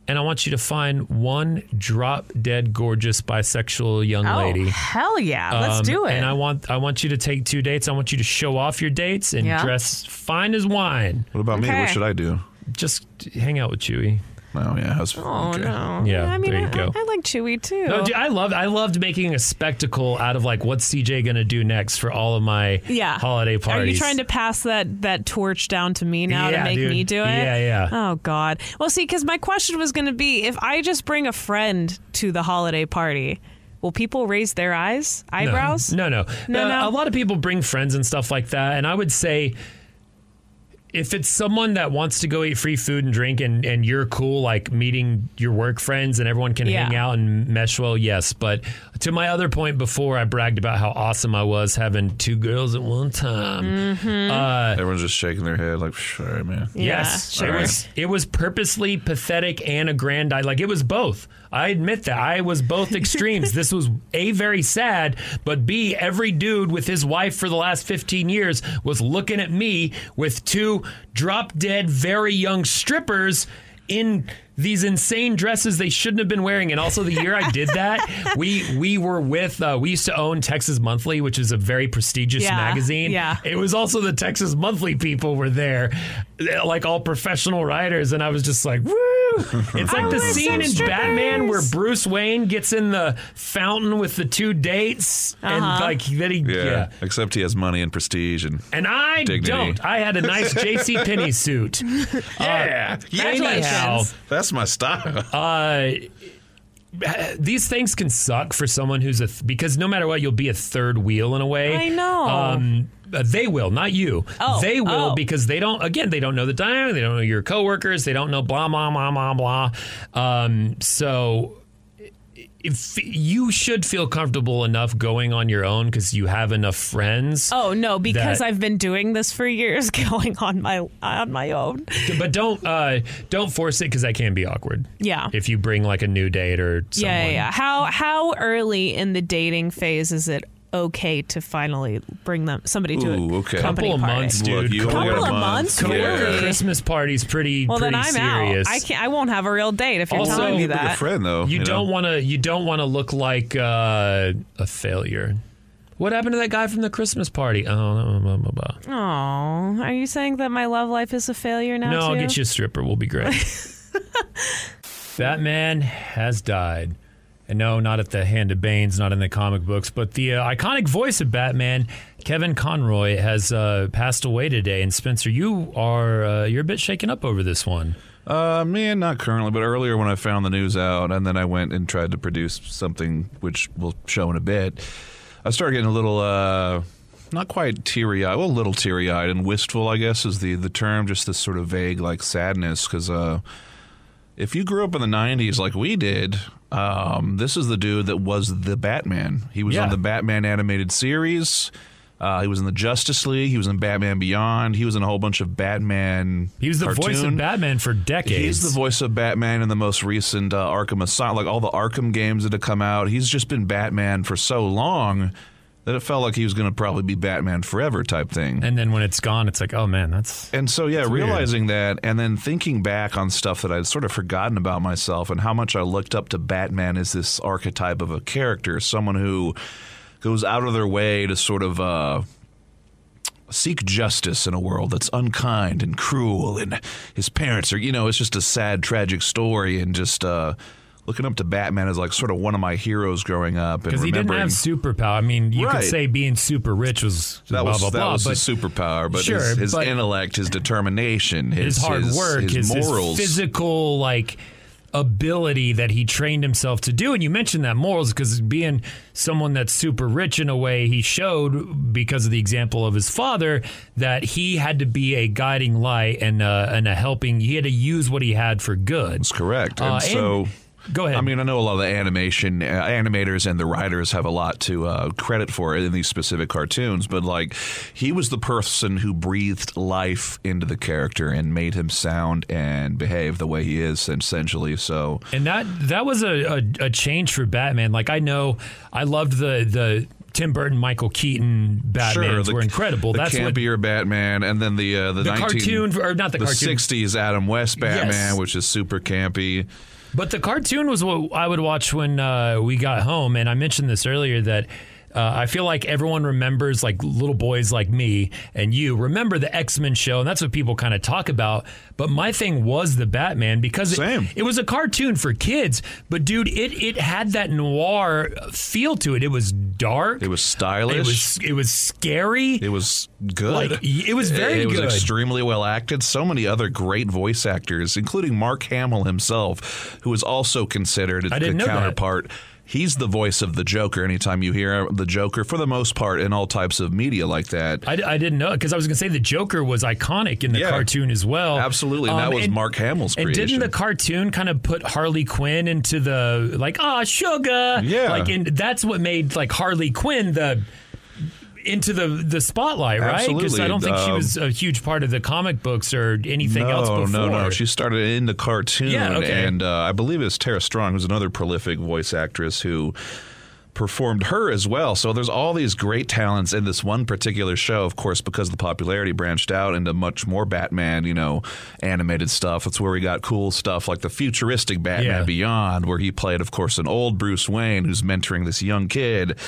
[SPEAKER 1] and I want you to find one drop dead gorgeous bisexual young
[SPEAKER 3] Oh,
[SPEAKER 1] lady.
[SPEAKER 3] hell yeah. Let's
[SPEAKER 1] Um,
[SPEAKER 3] do it.
[SPEAKER 1] And I want I want you to take two dates. I want you to show off your dates and
[SPEAKER 3] Yeah.
[SPEAKER 1] dress fine as wine.
[SPEAKER 2] What about me? What Okay. should I do?
[SPEAKER 1] Just hang out with Chewy.
[SPEAKER 2] Oh yeah,
[SPEAKER 3] oh, no.
[SPEAKER 1] Yeah,
[SPEAKER 3] I mean,
[SPEAKER 1] there you
[SPEAKER 3] I,
[SPEAKER 1] go.
[SPEAKER 3] I like Chewy, too.
[SPEAKER 1] No, Oh, dude, I loved I loved making a spectacle out of like what's CJ gonna do next for all of my
[SPEAKER 3] yeah.
[SPEAKER 1] holiday parties.
[SPEAKER 3] Are you trying to pass that that torch down to me now
[SPEAKER 1] Yeah,
[SPEAKER 3] to make
[SPEAKER 1] dude.
[SPEAKER 3] me do it?
[SPEAKER 1] Yeah, yeah.
[SPEAKER 3] Oh God. Well, see, because my question was going to be, if I just bring a friend to the holiday party, will people raise their eyes, eyebrows?
[SPEAKER 1] No, no,
[SPEAKER 3] No,
[SPEAKER 1] Uh,
[SPEAKER 3] no.
[SPEAKER 1] A lot of people bring friends and stuff like that, and I would say. If it's someone that wants to go eat free food and drink and, and you're cool, like meeting your work friends and everyone can
[SPEAKER 3] Yeah.
[SPEAKER 1] hang out and mesh well, yes. But to my other point before, I bragged about how awesome I was having two girls at one time.
[SPEAKER 3] Mhm.
[SPEAKER 1] Uh,
[SPEAKER 2] Everyone's just shaking their head like, sure, man.
[SPEAKER 1] Yes, it was. It was purposely pathetic and aggrandized. Like it was both. I admit that I was both
[SPEAKER 3] <laughs>
[SPEAKER 1] extremes. this was a very sad, but b every dude with his wife for the last fifteen years was looking at me with two drop dead, very young strippers in these insane dresses they shouldn't have been wearing. And also the year I did
[SPEAKER 3] <laughs>
[SPEAKER 1] that, we we were with uh, we used to own Texas Monthly, which is a very prestigious
[SPEAKER 3] Yeah,
[SPEAKER 1] magazine.
[SPEAKER 3] yeah.
[SPEAKER 1] It was also the Texas Monthly people were there, like all professional writers, and I was just like, woo!
[SPEAKER 3] <laughs>
[SPEAKER 1] It's
[SPEAKER 3] I
[SPEAKER 1] like the
[SPEAKER 3] want
[SPEAKER 1] scene
[SPEAKER 3] some
[SPEAKER 1] in Batman where
[SPEAKER 3] strippers.
[SPEAKER 1] Bruce Wayne gets in the fountain with the two dates, and
[SPEAKER 3] Uh-huh.
[SPEAKER 1] like that he
[SPEAKER 2] Yeah.
[SPEAKER 1] yeah.
[SPEAKER 2] Except he has money and prestige and
[SPEAKER 1] And I
[SPEAKER 2] dignity.
[SPEAKER 1] don't. I had a nice J.C. Penney
[SPEAKER 3] <laughs>
[SPEAKER 1] suit.
[SPEAKER 2] Yeah.
[SPEAKER 1] Congratulations.
[SPEAKER 2] That's my style.
[SPEAKER 1] Uh, <sighs> these things can suck for someone who's a th- because no matter what you'll be a third wheel in a way.
[SPEAKER 3] I know.
[SPEAKER 1] Um, uh, they will, not you.
[SPEAKER 3] Oh,
[SPEAKER 1] they will
[SPEAKER 3] oh.
[SPEAKER 1] because they don't. Again, they don't know the dynamic. They don't know your coworkers. They don't know blah blah blah blah blah. Um, so if you should feel comfortable enough going on your own because you have enough friends.
[SPEAKER 3] Oh no, because
[SPEAKER 1] that-
[SPEAKER 3] I've been doing this for years, <laughs> going on my on my own.
[SPEAKER 1] but don't uh, don't force it because that can be awkward.
[SPEAKER 3] Yeah.
[SPEAKER 1] If you bring like a new date or someone.
[SPEAKER 3] Yeah, yeah, yeah. How how early in the dating phase is it okay to finally bring them somebody to
[SPEAKER 2] Ooh,
[SPEAKER 3] a
[SPEAKER 2] okay.
[SPEAKER 3] company
[SPEAKER 1] couple of
[SPEAKER 3] party?
[SPEAKER 1] months,
[SPEAKER 2] Look,
[SPEAKER 1] dude.
[SPEAKER 2] you only Couple got a of month. months?
[SPEAKER 1] Couple
[SPEAKER 2] Yeah.
[SPEAKER 1] of Christmas parties, pretty
[SPEAKER 3] Well,
[SPEAKER 1] pretty
[SPEAKER 3] then I'm
[SPEAKER 1] serious.
[SPEAKER 3] out. I can't. I won't have a real date if you're
[SPEAKER 1] Also,
[SPEAKER 3] telling me
[SPEAKER 1] you bring a
[SPEAKER 3] that.
[SPEAKER 2] friend though.
[SPEAKER 1] you,
[SPEAKER 2] Oh, know?
[SPEAKER 1] don't want to. You don't want to look like uh, a failure. What happened to that guy from the Christmas party? Oh, blah, blah, blah, blah.
[SPEAKER 3] Oh, are you saying that my love life is a failure now?
[SPEAKER 1] no, I'll
[SPEAKER 3] too?
[SPEAKER 1] get you a stripper. We'll be great. that man has died. And no, not at the hand of Bane's, not in the comic books, but the uh, iconic voice of Batman, Kevin Conroy, has uh, passed away today. And Spencer, you are uh, you're a bit shaken up over this one.
[SPEAKER 2] Uh, man, not currently, but earlier when I found the news out, and then I went and tried to produce something which we'll show in a bit. I started getting a little, uh, not quite teary eyed, well, a little teary eyed and wistful, I guess, is the the term. Just this sort of vague, like sadness, because uh, if you grew up in the '90s like we did. Um, this is the dude that was the Batman. He was
[SPEAKER 1] Yeah.
[SPEAKER 2] on the Batman animated series. Uh, he was in the Justice League. He was in Batman Beyond. He was in a whole bunch of Batman.
[SPEAKER 1] He was the voice of
[SPEAKER 2] cartoon-
[SPEAKER 1] Batman for decades.
[SPEAKER 2] He's the voice of Batman in the most recent uh, Arkham Asylum, like all the Arkham games that have come out. He's just been Batman for so long that it felt like he was going to probably be Batman forever type thing.
[SPEAKER 1] and then when it's gone, it's like, oh man, that's
[SPEAKER 2] And so, yeah,
[SPEAKER 1] It's weird.
[SPEAKER 2] realizing that and then thinking back on stuff that I'd sort of forgotten about myself and how much I looked up to Batman as this archetype of a character, someone who goes out of their way to sort of. Uh, Seek justice in a world that's unkind and cruel, and his parents are, you know, it's just a sad, tragic story. And just uh, looking up to Batman as like sort of one of my heroes growing up. and
[SPEAKER 1] because he didn't
[SPEAKER 2] remembering-
[SPEAKER 1] have superpower. I mean, you
[SPEAKER 2] Right.
[SPEAKER 1] could say being super rich was
[SPEAKER 2] that
[SPEAKER 1] blah
[SPEAKER 2] was,
[SPEAKER 1] blah
[SPEAKER 2] that
[SPEAKER 1] blah,
[SPEAKER 2] was
[SPEAKER 1] but
[SPEAKER 2] his superpower, but
[SPEAKER 1] Sure,
[SPEAKER 2] his, his
[SPEAKER 1] but-
[SPEAKER 2] intellect, his determination, his,
[SPEAKER 1] his, hard work, his, his
[SPEAKER 2] morals.
[SPEAKER 1] physical like ability that he trained himself to do. And you mentioned that morals because being someone that's super rich in a way, he showed because of the example of his father that he had to be a guiding light and uh, and a helping. He had to use what he had for good. That's
[SPEAKER 2] correct. And so-
[SPEAKER 1] Uh, go ahead.
[SPEAKER 2] I mean, I know a lot of the animation uh, animators and the writers have a lot to uh, credit for in these specific cartoons, but like he was the person who breathed life into the character and made him sound and behave the way he is, essentially. So
[SPEAKER 1] And that that was a, a, a change for Batman. Like I know I loved the the Tim Burton, Michael Keaton Batmans
[SPEAKER 2] the-
[SPEAKER 1] were incredible.
[SPEAKER 2] The
[SPEAKER 1] That's what
[SPEAKER 2] campier Batman, and then the uh, the,
[SPEAKER 1] The
[SPEAKER 2] 19
[SPEAKER 1] cartoon- or not the cartoon.
[SPEAKER 2] '60s Adam West Batman,
[SPEAKER 1] Yes.
[SPEAKER 2] which is super campy.
[SPEAKER 1] But the cartoon was what I would watch when uh, we got home, and I mentioned this earlier that. Uh, I feel like everyone remembers, like little boys like me and you, remember the X Men show, and that's what people kind of talk about. But my thing was the Batman because it, it was a cartoon for kids. But dude, it it had that noir feel to it. It was dark. It
[SPEAKER 2] was stylish.
[SPEAKER 1] It was it was scary.
[SPEAKER 2] It was good.
[SPEAKER 1] Like, it was very
[SPEAKER 2] it was
[SPEAKER 1] good.
[SPEAKER 2] extremely well acted. So many other great voice actors, including Mark Hamill himself, who is also considered
[SPEAKER 1] I didn't know
[SPEAKER 2] the
[SPEAKER 1] that.
[SPEAKER 2] counterpart. He's the voice of the Joker. Anytime you hear the Joker, for the most part, in all types of media like that.
[SPEAKER 1] I, I didn't know because I was going to say the Joker was iconic in the
[SPEAKER 2] Yeah.
[SPEAKER 1] cartoon as well. Um,
[SPEAKER 2] Absolutely, and that was Mark Hamill's
[SPEAKER 1] And
[SPEAKER 2] creation.
[SPEAKER 1] didn't the cartoon kind of put Harley Quinn into the like ah sugar?
[SPEAKER 2] Yeah.
[SPEAKER 1] like and that's what made like Harley Quinn the into the the spotlight, right? Because I
[SPEAKER 2] Absolutely,
[SPEAKER 1] don't think she
[SPEAKER 2] um,
[SPEAKER 1] was a huge part of the comic books or anything
[SPEAKER 2] no,
[SPEAKER 1] else before.
[SPEAKER 2] No, no, She started in the cartoon,
[SPEAKER 1] Yeah, okay.
[SPEAKER 2] and uh, I believe it's Tara Strong, who's another prolific voice actress who performed her as well. So there's all these great talents in this one particular show, of course, because the popularity branched out into much more Batman, you know, animated stuff. It's where we got cool stuff like the futuristic Batman
[SPEAKER 1] Yeah.
[SPEAKER 2] Beyond, where he played, of course, an old Bruce Wayne who's mentoring this young kid.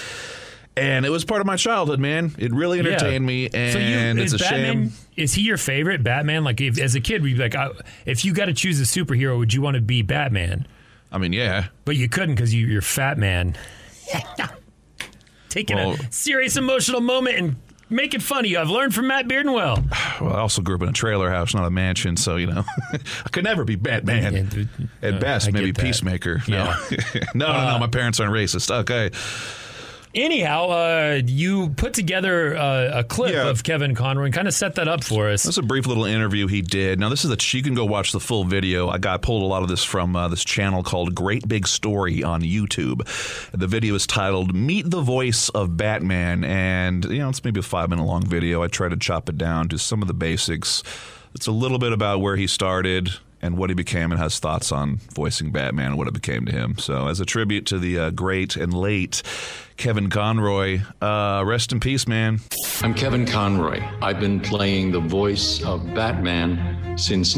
[SPEAKER 2] And it was part of my childhood, man. It really
[SPEAKER 1] Yeah.
[SPEAKER 2] entertained me,
[SPEAKER 1] So you-
[SPEAKER 2] and it's
[SPEAKER 1] is
[SPEAKER 2] a
[SPEAKER 1] Batman,
[SPEAKER 2] shame.
[SPEAKER 1] Is he your favorite Batman? Like, if, as a kid, we'd be like, I, if you got to choose a superhero, would you want to be Batman?
[SPEAKER 2] I mean, yeah,
[SPEAKER 1] but you couldn't because you, you're Fat Man. Taking
[SPEAKER 2] Well-
[SPEAKER 1] a serious emotional moment and making funny. I've learned from Matt Beardenwell.
[SPEAKER 2] Well, I also grew up in a trailer house, not a mansion, so you know, <laughs> I could never be
[SPEAKER 1] Yeah,
[SPEAKER 2] Batman.
[SPEAKER 1] dude.
[SPEAKER 2] At
[SPEAKER 1] Uh,
[SPEAKER 2] best,
[SPEAKER 1] I get
[SPEAKER 2] maybe
[SPEAKER 1] that. Uh,
[SPEAKER 2] Peacemaker. No, <laughs> no, no, no. My parents aren't racist. Okay,
[SPEAKER 1] Anyhow, uh, you put together uh, a clip
[SPEAKER 2] Yeah.
[SPEAKER 1] of Kevin Conroy and kind of set that up for us.
[SPEAKER 2] that's a brief little interview he did. Now, this is that you can go watch the full video. I got pulled a lot of this from uh, this channel called Great Big Story on YouTube. The video is titled "Meet the Voice of Batman," and you know, it's maybe a five-minute long video. I try to chop it down to some of the basics. It's a little bit about where he started and what he became and has thoughts on voicing Batman and what it became to him. So, as a tribute to the uh, great and late Kevin Conroy, uh, rest in peace, man.
[SPEAKER 12] I'm Kevin Conroy. I've been playing the voice of Batman since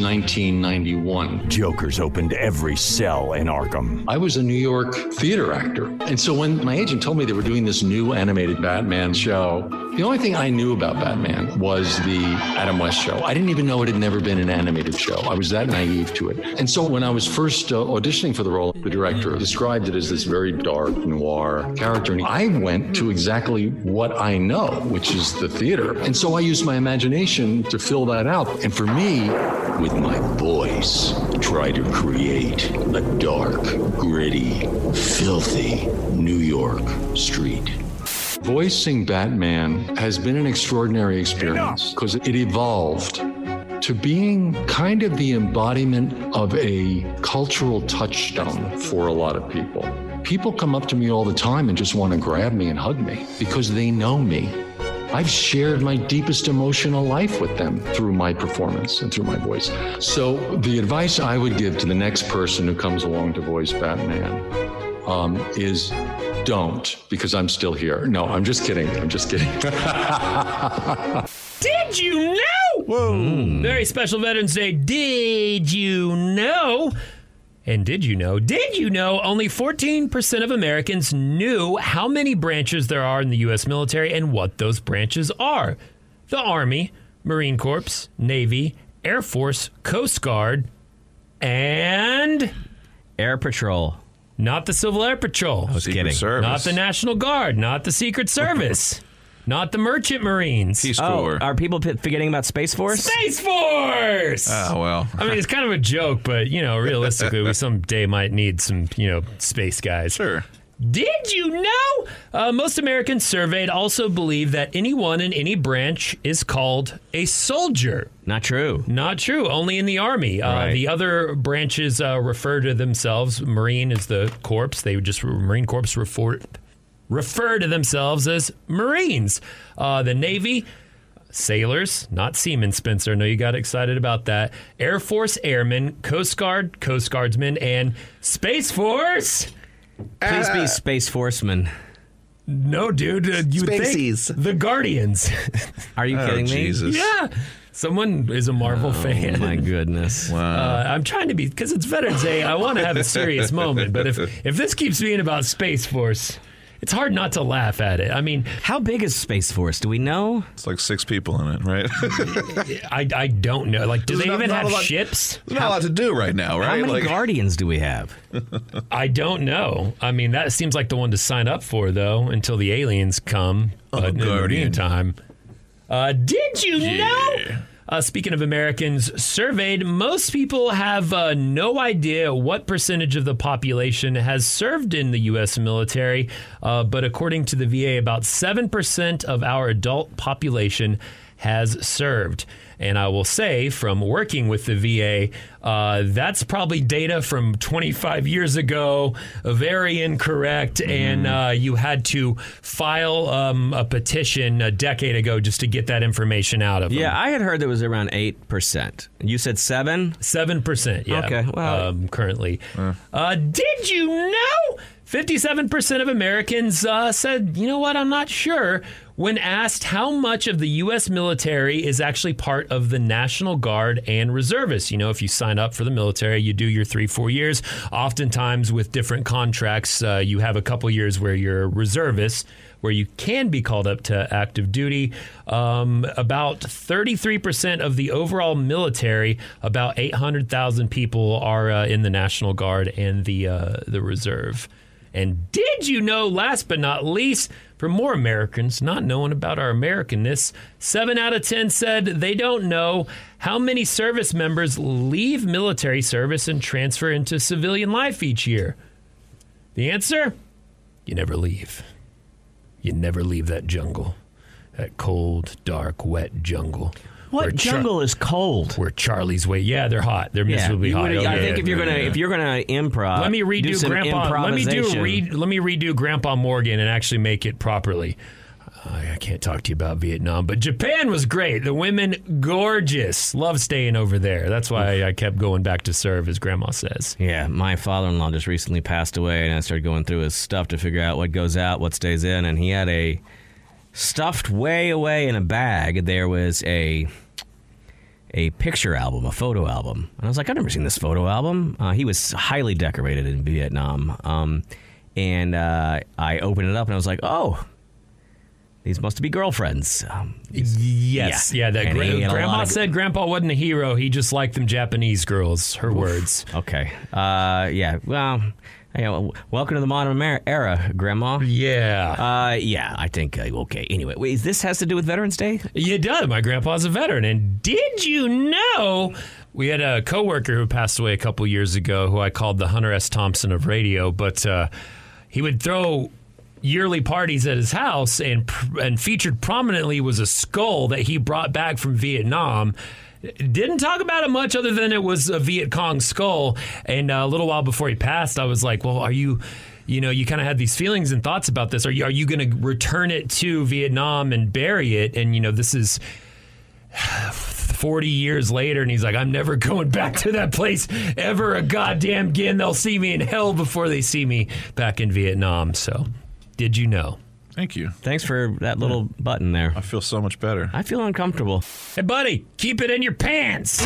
[SPEAKER 12] 1991. Jokers opened every cell in Arkham. I was a New York theater actor. And so when my agent told me they were doing this new animated Batman show, the only thing I knew about Batman was the Adam West show. I didn't even know it had never been an animated show. I was that naive to it. And so when I was first uh, auditioning for the role, the director described it as this very dark noir character. And I went to exactly what I know, which is the theater. And so I used my imagination to fill that out. And for me, with my voice, try to create a dark, gritty, filthy New York street. Voicing Batman has been an extraordinary experience because it evolved to being kind of the embodiment of a cultural touchstone for a lot of people. People come up to me all the time and just want to grab me and hug me because they know me. I've shared my deepest emotional life with them through my performance and through my voice. So, the advice I would give to the next person who comes along to voice Batman um, is don't because I'm still here. No, I'm just kidding. I'm just kidding.
[SPEAKER 1] Did you know? Whoa. Very special Veterans Day. Did you know? And did you know? Did you know only 14% of Americans knew how many branches there are in the U.S. military and what those branches are? The Army, Marine Corps, Navy, Air Force, Coast Guard, and.
[SPEAKER 7] Air Patrol.
[SPEAKER 1] Not the Civil Air Patrol. I
[SPEAKER 7] was Secret kidding. Service.
[SPEAKER 1] Not the National Guard. Not the Secret Service. not the Merchant Marines.
[SPEAKER 2] Peace
[SPEAKER 7] Oh, are people p- forgetting about Space Force?
[SPEAKER 1] Space Force.
[SPEAKER 2] Oh, well.
[SPEAKER 1] I mean, it's kind of a joke, but you know, realistically, we someday might need some, you know, space guys. Sure. Did you know? Uh, most Americans surveyed also believe that anyone in any branch is called a soldier.
[SPEAKER 7] Not true.
[SPEAKER 1] Not true. Only in the Army. Uh,
[SPEAKER 7] Right.
[SPEAKER 1] The other branches uh, refer to themselves. Marine is the corps. They just Marine Corps refer, refer to themselves as Marines. Uh, the Navy, sailors, not seamen, Spencer. I know you got excited about that. Air Force airmen, Coast Guard, Coast Guardsmen, and Space Force.
[SPEAKER 7] Please be Space Forceman.
[SPEAKER 1] No, dude. Uh, you would think the Guardians. <laughs>
[SPEAKER 7] Are you
[SPEAKER 2] Oh,
[SPEAKER 7] kidding me? <laughs> Oh,
[SPEAKER 1] Yeah. Ah, Someone is a Marvel fan.
[SPEAKER 7] My goodness.
[SPEAKER 1] Uh, I'm trying to be because it's Veterans Day. I want to have a serious moment, but if
[SPEAKER 2] <laughs>
[SPEAKER 1] if this keeps being about Space Force, it's hard not to laugh at it. I mean,
[SPEAKER 7] how big is Space Force? Do we know?
[SPEAKER 2] It's like six people in it, right? <laughs>
[SPEAKER 1] I, I don't know. Like, do
[SPEAKER 2] There's
[SPEAKER 1] they
[SPEAKER 2] not-
[SPEAKER 1] even
[SPEAKER 2] not a
[SPEAKER 1] have
[SPEAKER 2] lot-
[SPEAKER 1] ships?
[SPEAKER 2] there's not a lot to do right now, right? Like-
[SPEAKER 7] Guardians do we have?
[SPEAKER 1] I don't know. I mean, that seems like the one to sign up for though until the aliens come. but in the
[SPEAKER 2] Oh, Guardian.
[SPEAKER 1] meantime, uh, did you know? Uh, speaking of Americans surveyed, most people have uh, no idea what percentage of the population has served in the U.S. military. Uh, but according to the VA, about 7% of our adult population has served. And I will say from working with the VA, uh, that's probably data from 25 years ago, very incorrect. And uh, you had to file um, a petition a decade ago just to get that information out of them.
[SPEAKER 7] Yeah, I had heard that was around 8%. You said 7?
[SPEAKER 1] 7%, yeah.
[SPEAKER 7] Okay, well.
[SPEAKER 1] Um, currently. Uh, did you know? 57% of Americans uh, said, you know what, I'm not sure. When asked how much of the U.S. military is actually part of the National Guard and reservists, you know, if you sign up for the military, you do your three, four years. Oftentimes, with different contracts, uh, you have a couple years where you're a reservist, where you can be called up to active duty. Um, about 33% of the overall military, about 800,000 people are uh, in the National Guard and the uh, the reserve. And did you know, last but not least, for more Americans not knowing about our Americanness, seven out of 10 said they don't know how many service members leave military service and transfer into civilian life each year. The answer? You never leave. You never leave that jungle. That cold, dark, wet jungle.
[SPEAKER 7] What jungle
[SPEAKER 1] is cold? Where Charlie's way. Yeah, they're hot. They're miserably
[SPEAKER 7] You
[SPEAKER 1] hot.
[SPEAKER 7] would've- I
[SPEAKER 1] Okay.
[SPEAKER 7] think if you're gonna if you're gonna improv,
[SPEAKER 1] let me redo
[SPEAKER 7] do some
[SPEAKER 1] Grandpa. Let me do
[SPEAKER 7] improvisation-
[SPEAKER 1] re, Let me redo Grandpa Morgan and actually make it properly. I I can't talk to you about Vietnam, but Japan was great. The women gorgeous. Love staying over there. That's why I, I kept going back to serve, as Grandma says.
[SPEAKER 7] Yeah, my father-in-law just recently passed away, and I started going through his stuff to figure out what goes out, what stays in, and he had a stuffed way away in a bag. There was a a picture album, a photo album, and I was like, I've never seen this photo album. Uh, he was highly decorated in Vietnam, um, and uh, I opened it up, and I was like, oh. These must be girlfriends. Um,
[SPEAKER 1] Yes, yeah.
[SPEAKER 7] Yeah.
[SPEAKER 1] that
[SPEAKER 7] And
[SPEAKER 1] gra-
[SPEAKER 7] he ate a
[SPEAKER 1] Grandma
[SPEAKER 7] lot of-
[SPEAKER 1] said Grandpa wasn't a hero. He just liked them Japanese girls. Her words.
[SPEAKER 7] Okay. Uh, yeah. Well, Hey, w- welcome to the modern Amer- era, Grandma.
[SPEAKER 1] Yeah.
[SPEAKER 7] Uh, yeah, I think, uh, okay. Anyway, wait, this has to do with Veterans Day?
[SPEAKER 1] You does. My grandpa's a veteran. And did you know we had a coworker who passed away a couple years ago who I called the Hunter S. Thompson of radio, but uh, he would throw yearly parties at his house and pr- and featured prominently was a skull that he brought back from Vietnam. Didn't talk about it much other than it was a Viet Cong skull. And uh, a little while before he passed, I was like, "Well, are you?" You know, you kind of had these feelings and thoughts about this. Are you are you going to return it to Vietnam and bury it? And you know, this is <sighs> 40 years later and he's like i'm never <laughs> going back to that place ever a goddamn again they'll see me in hell before they see me back in vietnam so did you know
[SPEAKER 2] Thank you.
[SPEAKER 7] Thanks for that little button there. I
[SPEAKER 2] feel so much better.
[SPEAKER 7] I feel uncomfortable.
[SPEAKER 1] Hey, buddy, keep it in your pants.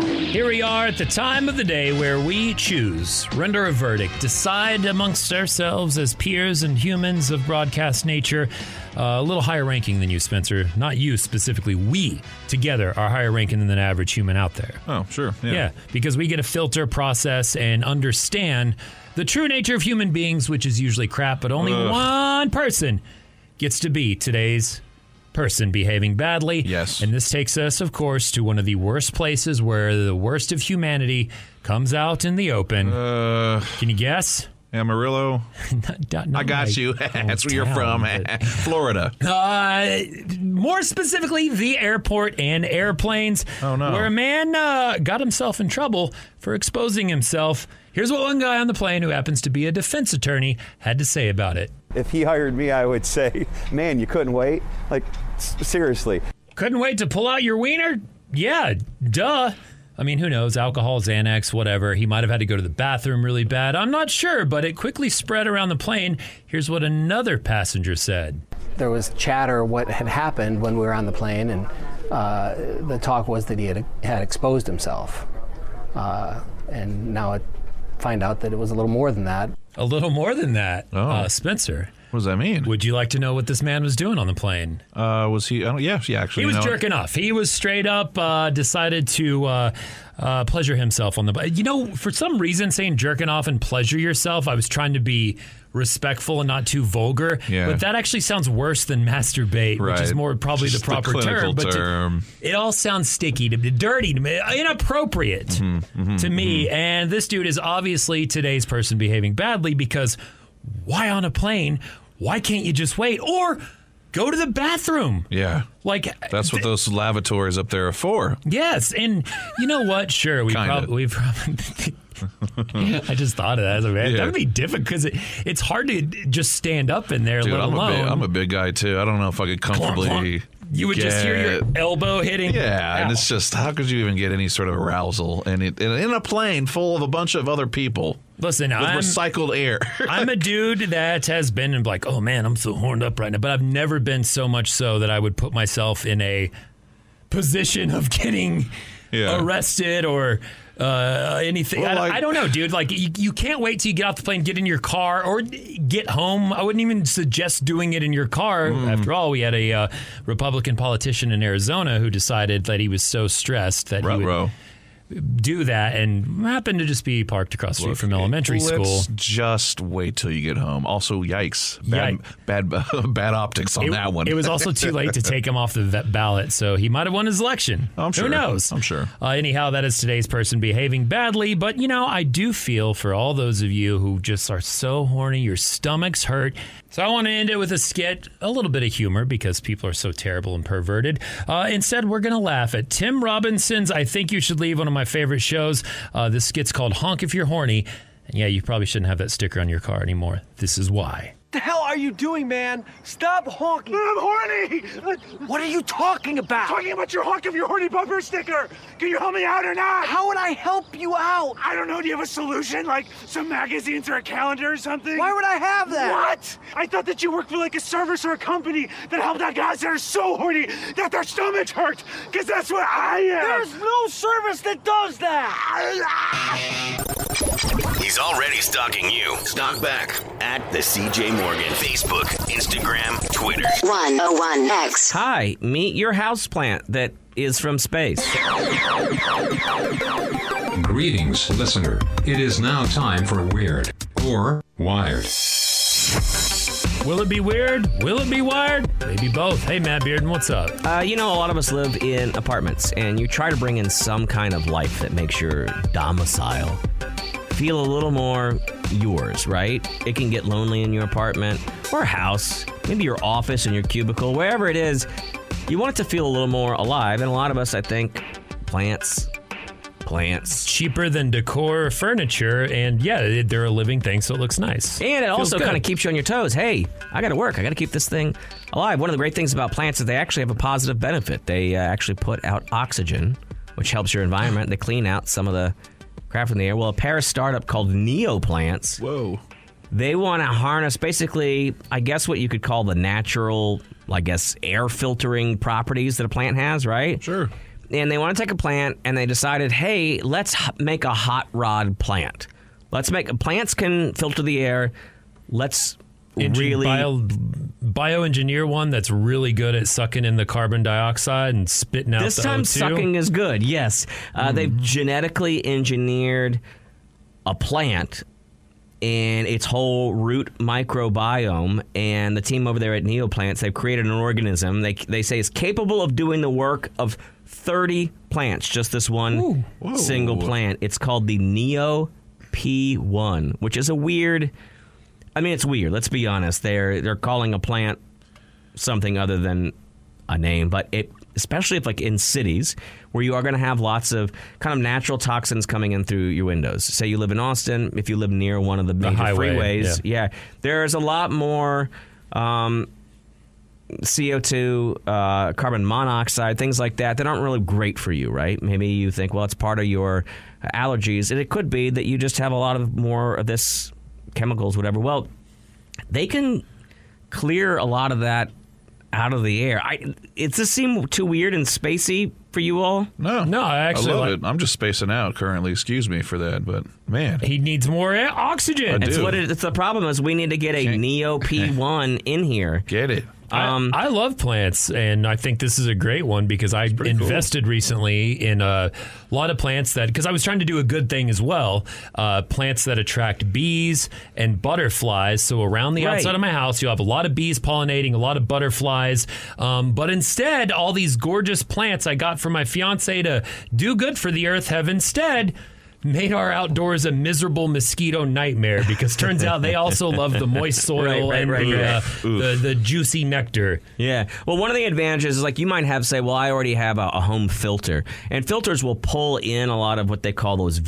[SPEAKER 1] Here we are at the time of the day where we choose, render a verdict, decide amongst ourselves as peers and humans of broadcast nature. Uh, a little higher ranking than you, Spencer. Not you specifically. We together are higher ranking than the average human out there.
[SPEAKER 2] Oh, sure.
[SPEAKER 1] Yeah. because we get to filter, process, and understand the true nature of human beings, which is usually crap, but only
[SPEAKER 2] Ugh.
[SPEAKER 1] one person gets to be today's person behaving badly. Yes. And this takes us, of course, to one of the worst places where the worst of humanity comes out in the open.
[SPEAKER 2] Uh,
[SPEAKER 1] Can you guess? <laughs>
[SPEAKER 2] Amarillo. I got
[SPEAKER 1] like
[SPEAKER 2] you. <laughs> That's where you're
[SPEAKER 1] hometown,
[SPEAKER 2] from. <laughs> Florida.
[SPEAKER 1] Uh, more specifically, the airport and airplanes. Oh no! Where a man uh, got himself in trouble for exposing himself. Here's what one guy on the plane, who happens to be a defense attorney, had to say about it.
[SPEAKER 13] If he hired me, I would say, man, you couldn't wait. Like, s- seriously.
[SPEAKER 1] Couldn't wait to pull out your wiener? Yeah, duh. I mean, who knows? Alcohol, Xanax, whatever. He might have had to go to the bathroom really bad. I'm not sure, but it quickly spread around the plane. Here's what another passenger said.
[SPEAKER 14] there was chatter what had happened when we were on the plane, and uh, the talk was that he had, had exposed himself. Uh, and now I find out that it was a little more than that.
[SPEAKER 1] A little more than that, uh, Spencer.
[SPEAKER 2] What does that mean?
[SPEAKER 1] Would you like to know what this man was doing on the plane?
[SPEAKER 2] Uh, was he? I don't, yeah, yeah. Actually,
[SPEAKER 1] He was
[SPEAKER 2] you know-
[SPEAKER 1] jerking off. He was straight up uh, decided to uh, uh, pleasure himself on the. You know, for some reason, saying jerking off and pleasure yourself, I was trying to be respectful and not too vulgar.
[SPEAKER 2] Yeah.
[SPEAKER 1] But that actually sounds worse than masturbate, which is
[SPEAKER 2] Right.
[SPEAKER 1] more probably
[SPEAKER 2] Just
[SPEAKER 1] the proper
[SPEAKER 2] clinical
[SPEAKER 1] term. But to-
[SPEAKER 2] term.
[SPEAKER 1] it all sounds sticky to me, dirty to me, inappropriate
[SPEAKER 2] Mm-hmm,
[SPEAKER 1] to me. And this dude is obviously today's person behaving badly because why on a plane? Why can't you just wait or go to the bathroom?
[SPEAKER 2] yeah.
[SPEAKER 1] Like
[SPEAKER 2] That's what those lavatories up there are for.
[SPEAKER 1] Yes, and you know what? Sure, we probably we probably. <laughs> I just thought of that. I was like, man,
[SPEAKER 2] Yeah.
[SPEAKER 1] that'd be difficult because it, it's hard to just stand up in there,
[SPEAKER 2] Dude,
[SPEAKER 1] let
[SPEAKER 2] I'm a,
[SPEAKER 1] alone.
[SPEAKER 2] big,
[SPEAKER 1] <laughs>
[SPEAKER 2] I'm a big guy too. I don't know if I could comfortably.
[SPEAKER 1] You would just hear your
[SPEAKER 2] get-
[SPEAKER 1] elbow hitting.
[SPEAKER 2] Yeah, and it's just how could you even get any sort of arousal and it, in, in a plane full of a bunch of other people?
[SPEAKER 1] Listen,
[SPEAKER 2] with
[SPEAKER 1] I'm-
[SPEAKER 2] recycled air. <laughs>
[SPEAKER 1] I'm a dude that has been and like, oh man, I'm so horned up right now. But I've never been so much so that I would put myself in a position of getting
[SPEAKER 2] Yeah.
[SPEAKER 1] arrested or uh, anything.
[SPEAKER 2] Well,
[SPEAKER 1] I,
[SPEAKER 2] like-
[SPEAKER 1] I don't know, dude. Like, you, you can't wait till you get off the plane, get in your car, or get home. I wouldn't even suggest doing it in your car.
[SPEAKER 2] Mm.
[SPEAKER 1] After all, we had a uh, Republican politician in Arizona who decided that he was so stressed that he would do that and happened to just be parked across the street
[SPEAKER 2] Look,
[SPEAKER 1] from elementary
[SPEAKER 2] let's
[SPEAKER 1] school.
[SPEAKER 2] Just wait till you get home. Also, yikes! Bad, bad, <laughs> bad optics on
[SPEAKER 1] it,
[SPEAKER 2] that one.
[SPEAKER 1] it was also too late to take him off the vet ballot, so he might have won his election. I'm
[SPEAKER 2] sure.
[SPEAKER 1] Who knows?
[SPEAKER 2] I'm sure.
[SPEAKER 1] Uh, anyhow, that is today's person behaving badly. But you know, I do feel for all those of you who just are so horny, your stomachs hurt. So I want to end it with a skit, a little bit of humor, because people are so terrible and perverted. Uh, instead, we're going to laugh at Tim Robinson's "I Think You Should Leave," one of my favorite shows. Uh, this skit's called "Honk If You're Horny." And yeah, you probably shouldn't have that sticker on your car anymore. This is why.
[SPEAKER 15] the hell are you doing, man? Stop honking. I'm horny. What are you talking about? Talking about your honk of your horny bumper sticker. Can you help me out or not? How would I help you out? I don't know. Do you have a solution? Like some magazines or a calendar or something? Why would I have
[SPEAKER 16] that?
[SPEAKER 15] What? I thought that you worked for like a service or a company that helped out guys that are so horny that their stomachs hurt. Because that's what I am.
[SPEAKER 16] There's no service that does that.
[SPEAKER 8] He's already stalking you. Stalk back at the CJ Morgan. Facebook, Instagram, Twitter.
[SPEAKER 7] 101X. Hi, meet your houseplant that is from space.
[SPEAKER 12] <laughs> Greetings, listener. It is now time for Weird or Wired.
[SPEAKER 1] Will it be weird? Will it be wired? Maybe both. Hey, Matt Bearden, what's up?
[SPEAKER 7] Uh, you know, a lot of us live in apartments, and you try to bring in some kind of life that makes your domicile feel a little more yours, right? It can get lonely in your apartment or house, maybe your office and your cubicle, wherever it is. You want it to feel a little more alive, and a lot of us, I think, plants, plants.
[SPEAKER 1] Cheaper than decor or furniture, and yeah, it- they're a living thing, so it looks nice.
[SPEAKER 7] And it
[SPEAKER 1] Feels
[SPEAKER 7] also
[SPEAKER 1] good.
[SPEAKER 7] kind of keeps you on your toes. Hey, I got to work. I got to keep this thing alive. One of the great things about plants is they actually have a positive benefit. They uh, actually put out oxygen, which helps your environment. They clean out some of the crap from the air. Well, a Paris startup called Neoplants.
[SPEAKER 2] Whoa.
[SPEAKER 7] They want to harness basically, I guess, what you could call the natural, I guess, air filtering properties that a plant has, right? Sure. And they want to take a plant and they decided, hey, let's h- make a hot rod plant. Let's make plants can filter the air. Let's
[SPEAKER 1] Engine-
[SPEAKER 7] really
[SPEAKER 1] bio, bioengineer one that's really good at sucking in the carbon dioxide and spitting out
[SPEAKER 7] this
[SPEAKER 1] the
[SPEAKER 7] time
[SPEAKER 1] O2.
[SPEAKER 7] sucking is good. Yes, uh, they've genetically engineered a plant and its whole root microbiome. And the team over there at Neoplants they've created an organism they they say is capable of doing the work of thirty plants. Just this one single plant. It's called the Neo P1, which is a weird. I mean, it's weird. Let's be honest. They're they're calling a plant something other than a name, but it especially if like in cities where you are going to have lots of kind of natural toxins coming in through your windows. Say you live in Austin, if you live near one of the major
[SPEAKER 1] highway,
[SPEAKER 7] freeways, yeah. there's a lot more um, CO2, uh, carbon monoxide, things like that that aren't really great for you, right? Maybe you think, well, it's part of your allergies, and it could be that you just have a lot of more of this chemicals, whatever. Well, they can clear a lot of that out of the air. I it just seem too weird and spacey for you all.
[SPEAKER 2] No,
[SPEAKER 1] no, I actually
[SPEAKER 2] I love
[SPEAKER 1] like-
[SPEAKER 2] it. I'm just spacing out currently. Excuse me for that, but man,
[SPEAKER 1] he needs more air, oxygen.
[SPEAKER 2] I
[SPEAKER 7] That's
[SPEAKER 2] do.
[SPEAKER 7] what it, it's the problem is. We need to get a Neo P one in here.
[SPEAKER 2] Get it?
[SPEAKER 1] Um, I, love plants, and I think this is a great one because I invested recently in a lot of plants that because I was trying to do a good thing as well. Uh, plants that attract bees and butterflies. So around the
[SPEAKER 7] Right.
[SPEAKER 1] outside of my house, you'll have a lot of bees pollinating, a lot of butterflies. Um, but instead, all these gorgeous plants I got from my fiance to do good for the earth have instead. Made our outdoors a miserable mosquito nightmare because turns out they also love the moist soil
[SPEAKER 7] Right, right,
[SPEAKER 1] and
[SPEAKER 7] right,
[SPEAKER 1] the,
[SPEAKER 7] right.
[SPEAKER 1] uh, the the juicy nectar.
[SPEAKER 7] Yeah. Well, one of the advantages is like you might have say, well, I already have a, a home filter, and filters will pull in a lot of what they call those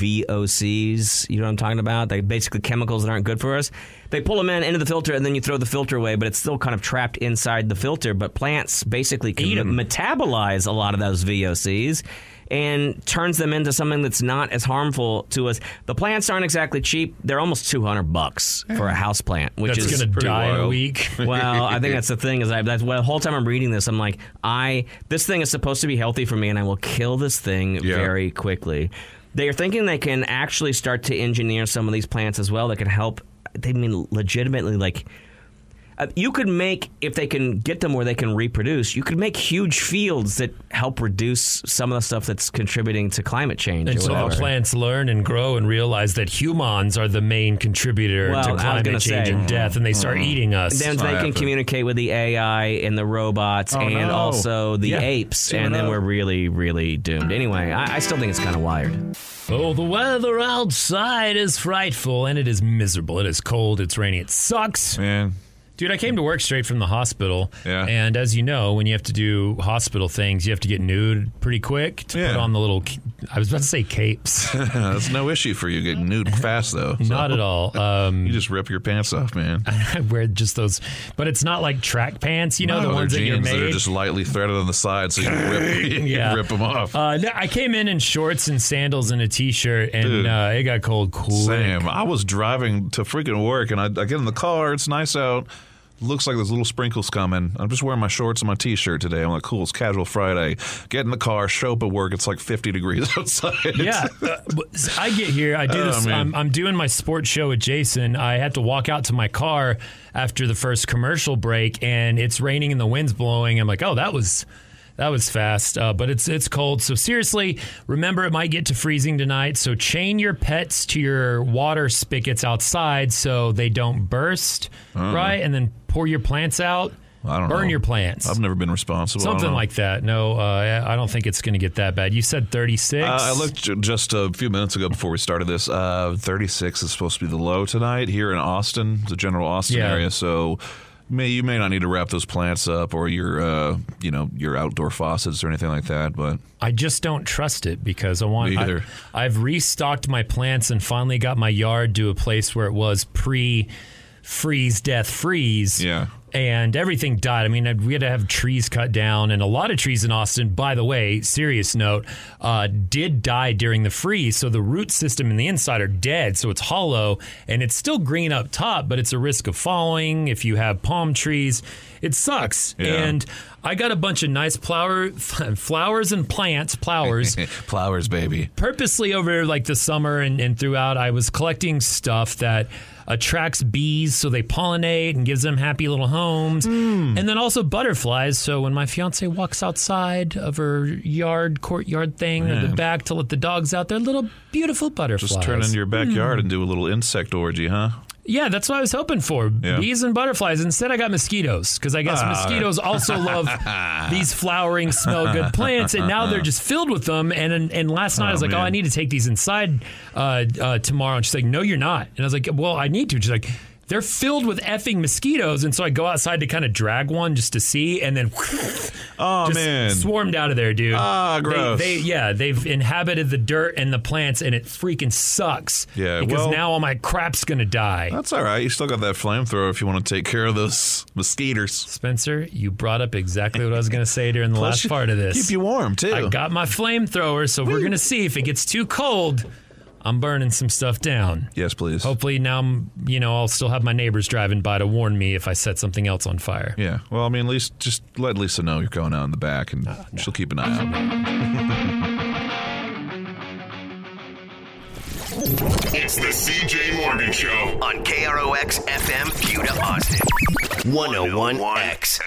[SPEAKER 7] VOCs. You know what I'm talking about? They basically chemicals that aren't good for us. They pull them in into the filter, and then you throw the filter away, but it's still kind of trapped inside the filter. But plants basically can m- metabolize a lot of those VOCs. And turns them into something that's not as harmful to us. The plants aren't exactly cheap; they're almost two hundred bucks for a house plant, which
[SPEAKER 1] Mm. That's
[SPEAKER 7] is
[SPEAKER 1] gonna Pretty die in a wild. <laughs> week.
[SPEAKER 7] <laughs> Well, I think that's the thing is I, that's what the whole time I'm reading this, I'm like, I this thing is supposed to be healthy for me, and I will kill this thing very quickly. They are thinking they can actually start to engineer some of these plants as well that can help. They mean legitimately like. uh, You could make if they can get them where they can reproduce. You could make huge fields that help reduce some of the stuff that's contributing to climate change.
[SPEAKER 1] And
[SPEAKER 7] or
[SPEAKER 1] so the
[SPEAKER 7] whatever.
[SPEAKER 1] plants learn and grow and realize that humans are the main contributor
[SPEAKER 7] Well, I
[SPEAKER 1] to
[SPEAKER 7] was
[SPEAKER 1] climate
[SPEAKER 7] gonna
[SPEAKER 1] change and
[SPEAKER 7] say. Mm-hmm.
[SPEAKER 1] death, and they start eating us.
[SPEAKER 7] Then they can communicate with the AI and the robots
[SPEAKER 1] Oh,
[SPEAKER 7] and
[SPEAKER 1] no.
[SPEAKER 7] also the
[SPEAKER 1] Yeah.
[SPEAKER 7] apes,
[SPEAKER 1] Teaming
[SPEAKER 7] and then
[SPEAKER 1] up.
[SPEAKER 7] we're really, really doomed. Anyway, I, I still think it's kind of wired.
[SPEAKER 1] Oh, the weather outside is frightful, and it is miserable. It is cold. It's rainy. It sucks.
[SPEAKER 2] Man.
[SPEAKER 1] Dude, I came to work straight from the hospital. Yeah. And as you know, when you have to do hospital things, you have to get nude pretty quick to put on the little, ca- I was about to say <laughs> capes.
[SPEAKER 2] that's no issue for you getting nude fast though.
[SPEAKER 1] Not at all.
[SPEAKER 2] you just rip your pants off, man.
[SPEAKER 1] I <laughs> wear just those, but it's not like track pants, you know,
[SPEAKER 2] No,
[SPEAKER 1] the
[SPEAKER 2] they're
[SPEAKER 1] ones that you're
[SPEAKER 2] jeans that are
[SPEAKER 1] made.
[SPEAKER 2] just lightly threaded on the side, so you can rip, <laughs> you can
[SPEAKER 1] yeah.
[SPEAKER 2] rip them off.
[SPEAKER 1] Uh, no, I came in in shorts and sandals and a t-shirt, and uh, it got cold. Cool.
[SPEAKER 2] Sam, I was driving to freaking work, and I, I get in the car. It's nice out. looks like there's little sprinkles coming. I'm just wearing my shorts and my t-shirt today. I'm like, cool, it's casual Friday. Get in the car, show up at work. It's like 50 degrees <laughs> outside.
[SPEAKER 1] Yeah, uh, but I get here. I do
[SPEAKER 2] Oh,
[SPEAKER 1] this.
[SPEAKER 2] man.
[SPEAKER 1] I'm, I'm doing my sports show with Jason. I had to walk out to my car after the first commercial break, and it's raining and the wind's blowing. I'm like, oh, that was that was fast, uh, but it's it's cold. So seriously, remember it might get to freezing tonight. So chain your pets to your water spigots outside so they don't burst,
[SPEAKER 2] Oh.
[SPEAKER 1] right? And then pour your plants out.
[SPEAKER 2] I don't
[SPEAKER 1] burn
[SPEAKER 2] know.
[SPEAKER 1] your plants.
[SPEAKER 2] I've never been responsible. I don't
[SPEAKER 1] Something
[SPEAKER 2] know.
[SPEAKER 1] like that. No, uh, I I don't think it's going to get that bad. You said 36.
[SPEAKER 2] Uh, I looked ju- just a few minutes ago before we started this. Uh, 36 is supposed to be the low tonight here in Austin, the general Austin
[SPEAKER 1] Yeah.
[SPEAKER 2] area. So may you may not need to wrap those plants up or your uh, you know your outdoor faucets or anything like that. But
[SPEAKER 1] I just don't trust it because I want.
[SPEAKER 2] Me
[SPEAKER 1] I-
[SPEAKER 2] either.
[SPEAKER 1] I've restocked my plants and finally got my yard to a place where it was pre freeze, death, freeze. Yeah. And everything died. I mean, I'd- we had to have trees cut down, and a lot of trees in Austin, by the way, serious note, uh, did die during the freeze. So the root system and the inside are dead. So it's hollow and it's still green up top, but it's a risk of falling. If you have palm trees, it sucks.
[SPEAKER 2] Yeah.
[SPEAKER 1] And I got a bunch of nice flower, <laughs> flowers and plants,
[SPEAKER 2] <laughs>
[SPEAKER 1] flowers,
[SPEAKER 2] flowers, baby.
[SPEAKER 1] Purposely over like the summer and, and throughout, I was collecting stuff that attracts bees, so they pollinate and gives them happy little homes,
[SPEAKER 2] Hmm.
[SPEAKER 1] and then also butterflies. So when my fiance walks outside of her yard, courtyard thing, or the
[SPEAKER 2] Man.
[SPEAKER 1] back to let the dogs out, they're little beautiful butterflies.
[SPEAKER 2] just turn into your backyard
[SPEAKER 1] Mm.
[SPEAKER 2] and do a little insect orgy, huh?
[SPEAKER 1] Yeah, that's what I was hoping for.
[SPEAKER 2] Yeah.
[SPEAKER 1] Bees and butterflies. Instead, I got mosquitoes because I guess
[SPEAKER 2] Ah.
[SPEAKER 1] mosquitoes also
[SPEAKER 2] <laughs>
[SPEAKER 1] love these flowering, smell good plants, and now they're just filled with them. And and, and last night I was
[SPEAKER 2] Oh,
[SPEAKER 1] like, oh,
[SPEAKER 2] man.
[SPEAKER 1] I need to take these inside uh, uh, tomorrow. And she's like, no, you're not. And I was like, well, I need to. And she's like. They're filled with effing mosquitoes, and so I go outside to kind of drag one just to see, and then <laughs>
[SPEAKER 2] oh
[SPEAKER 1] man, swarmed out of there, dude.
[SPEAKER 2] Ah, gross.
[SPEAKER 1] They, they, yeah, they've inhabited the dirt and the plants, and it freaking sucks.
[SPEAKER 2] Yeah,
[SPEAKER 1] because
[SPEAKER 2] well-
[SPEAKER 1] now all my crap's gonna die.
[SPEAKER 2] That's all right. You still got that flamethrower if you want to take care of those <laughs> mosquitoes.
[SPEAKER 1] Spencer, you brought up exactly what I was going to say during the
[SPEAKER 2] <laughs> Plus
[SPEAKER 1] last
[SPEAKER 2] you-
[SPEAKER 1] part of this.
[SPEAKER 2] keep you warm, too.
[SPEAKER 1] I got my flamethrower, so we're going to see if it gets too cold. I'm burning some stuff down.
[SPEAKER 2] Yes, please.
[SPEAKER 1] Hopefully now I'm, you know, I'll still have my neighbors driving by to warn me if I set something else on fire.
[SPEAKER 2] Yeah. Well, I mean, at least just let Lisa know you're going out in the back, and she'll keep an eye
[SPEAKER 16] It's the CJ Morgan Show oh
[SPEAKER 8] on KROX FM Buda Austin. 101X.